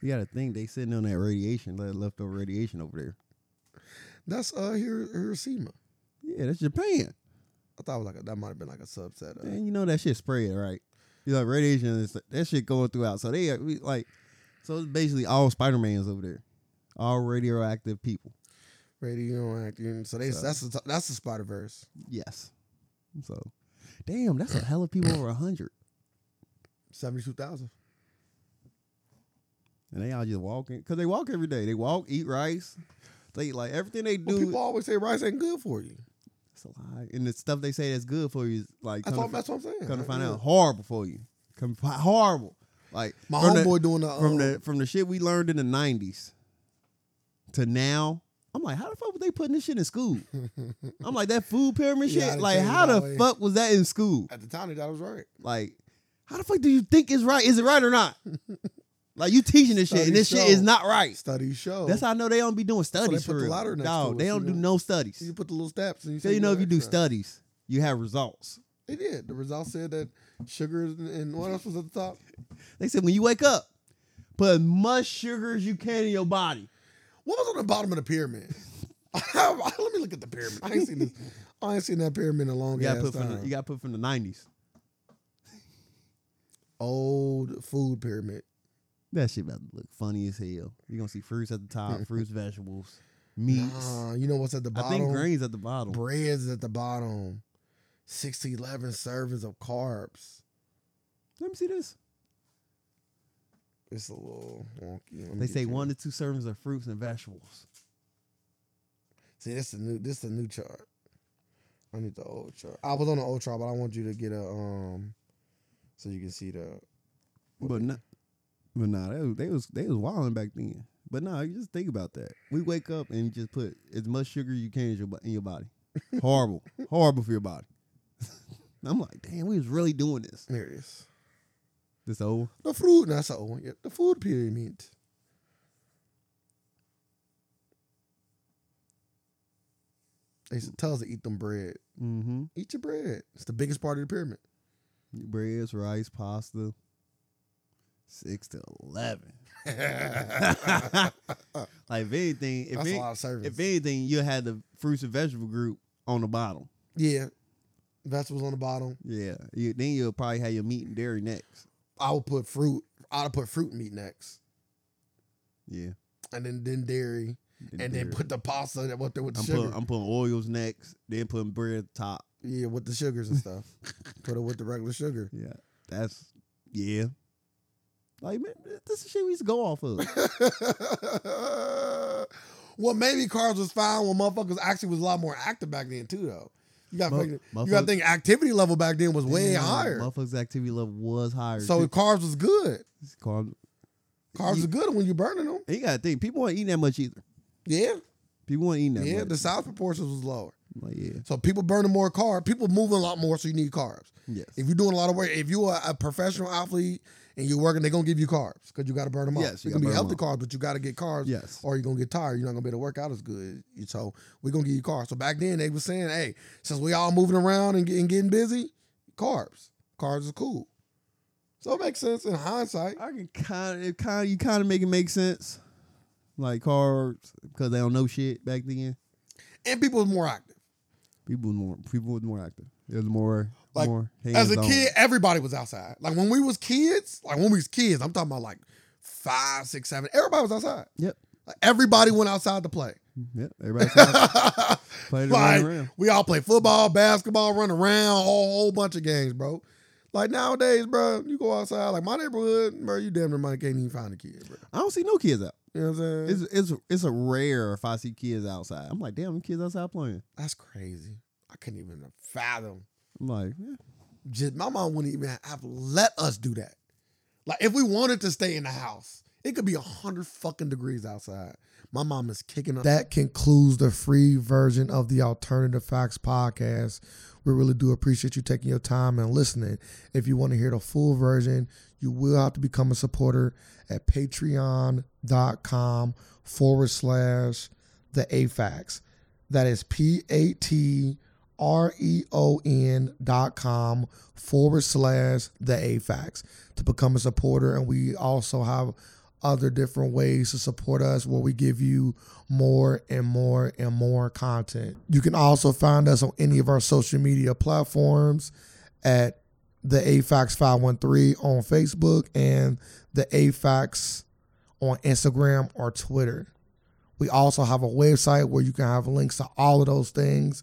You got to think they sitting on that radiation, that leftover radiation over there. That's uh Hir- Hiroshima. Yeah, that's Japan. I thought it was like a, that might have been like a subset of And you know that shit spread, right? You like radiation and stuff- that shit going throughout. So they are, we, like, so it's basically all Spider Mans over there, all radioactive people. radioactive. So they So- that's the that's the Spider Verse. Yes. So, damn, that's a hell of people over hundred, 72,000. and they all just walking because they walk every day. They walk, eat rice. They like everything they Well, do. people always say rice ain't good for you. it's a lie, and the stuff they say that's good for you is like That's come all, to, that's what I'm saying. come to find Yeah. out horrible for you. Come fi- horrible. Like My from the- homeboy doing the from um, the from the shit we learned in the nineties to now. I'm like, how the fuck was they putting this shit in school? I'm like, that food pyramid Yeah, I shit. done Like, changed how my the way. fuck was that in school? at the time they thought I was right. Like, how the fuck do you think it's right? Is it right or not? like, you teaching this shit, and this Studies shit is show. not right. Studies show. That's how I know they don't be doing they studies put for the real. ladder next Dog, to they us, don't you do know? no you studies. put the little steps. And you So say you know, if did you do X now. studies, you have results. They did. The results said that sugar and- and what else was at the top? They said when you wake up, put as much sugar as you can in your body. What was on the bottom of the pyramid? Let me look at the pyramid. I ain't seen this. I ain't seen that pyramid in a long You gotta ass put time. from the, you gotta put from the nineties. Old food pyramid. That shit about to look funny as hell. You're gonna see fruits at the top, fruits, vegetables, meats. Nah, you know what's at the I bottom? think grains at the bottom. Bread's at the bottom. Six to eleven servings of carbs. Let me see this. It's a little wonky. Let me They get say you. one to two servings of fruits and vegetables. See, this is new. This is the new chart. I need the old chart. I was on the old chart, but I want you to get a um, so you can see the. But not, but nah, they was, they was they was wilding back then. But nah, you just think about that. We wake up and just put as much sugar you can in your, bo- in your body. Horrible, horrible for your body. I'm like, damn, we was really doing this. There it is. This old. The fruit. No, that's the old one. Yeah, the food pyramid. They used to tell us to eat them bread. Mm-hmm. Eat your bread. It's the biggest part of the pyramid. Breads, rice, pasta. Six to eleven. that's like if anything, if a any- lot of servings. if anything, you had the fruits and vegetable group on the bottom. yeah, vegetables on the bottom. Yeah, you, then you'll probably have your meat and dairy next. I would put fruit. I'd put fruit meat next, Yeah, and then then dairy. and then dairy. put the pasta that what there with the I'm sugar. putting I'm putting oils next, then putting bread at the top. yeah, with the sugars and stuff. put it with the regular sugar. Yeah, that's yeah. Like man, this is shit we used to go off of. well, maybe carbs was fine when motherfuckers actually was a lot more active back then too, though. You got Mo- to you got to motherfuck- think activity level back then was way Damn, higher. Motherfuckers' activity level was higher. So too. carbs was good. It's called- Carbs You- are good when you're burning them. and you gotta think people weren't eating that much either. Yeah, People weren't eating that yeah. much. The size proportions was lower. like yeah, So people burning more carbs. People moving a lot more, so you need carbs. yes, If you're doing a lot of work, if you are a professional athlete and you're working, they're gonna give you carbs because you got to burn them Yes, off. you It can gotta be burn 'em healthy off. carbs, but you got to get carbs, Yes. or you're gonna get tired. You're not gonna be able to work out as good. So we're gonna give you carbs. So back then they were saying, hey, since we all moving around and, get- and getting busy, carbs, carbs is cool. So it makes sense in hindsight. I can kind of, kind of, you kind of make it make sense, like carbs, because they don't know shit back then. And people was more active. People was more, people was more active. It was more, Like, more As a hands-on. kid, everybody was outside. Like when we was kids, like when we was kids, I'm talking about like five, six, seven. Everybody was outside. Yep, Like, everybody went outside to play. yep. Everybody's out playing Like, around. we all play football, basketball, run around, a whole, whole bunch of games, bro. Like nowadays, bro, you go outside, like my neighborhood, bro, you damn near might can't even find a kid, bro. I don't see no kids out. You know what I'm saying? It's it's it's a rare if I see kids outside. I'm like, damn, them kids outside playing. That's crazy. I couldn't even fathom. I'm like, yeah. Just my mom wouldn't even have let us do that. Like if we wanted to stay in the house, it could be a hundred fucking degrees outside. My mom is kicking up. That concludes the free version of the Alternative Facts podcast. We really do appreciate you taking your time and listening. If you want to hear the full version, you will have to become a supporter at patreon.com forward slash the AFAX. That is P A T R E O N dot com forward slash the AFAX to become a supporter. And we also have other different ways to support us where we give you more and more and more content. You can also find us on any of our social media platforms at the AFAX 513 on Facebook and the AFAX on Instagram or Twitter. We also have a website where you can have links to all of those things,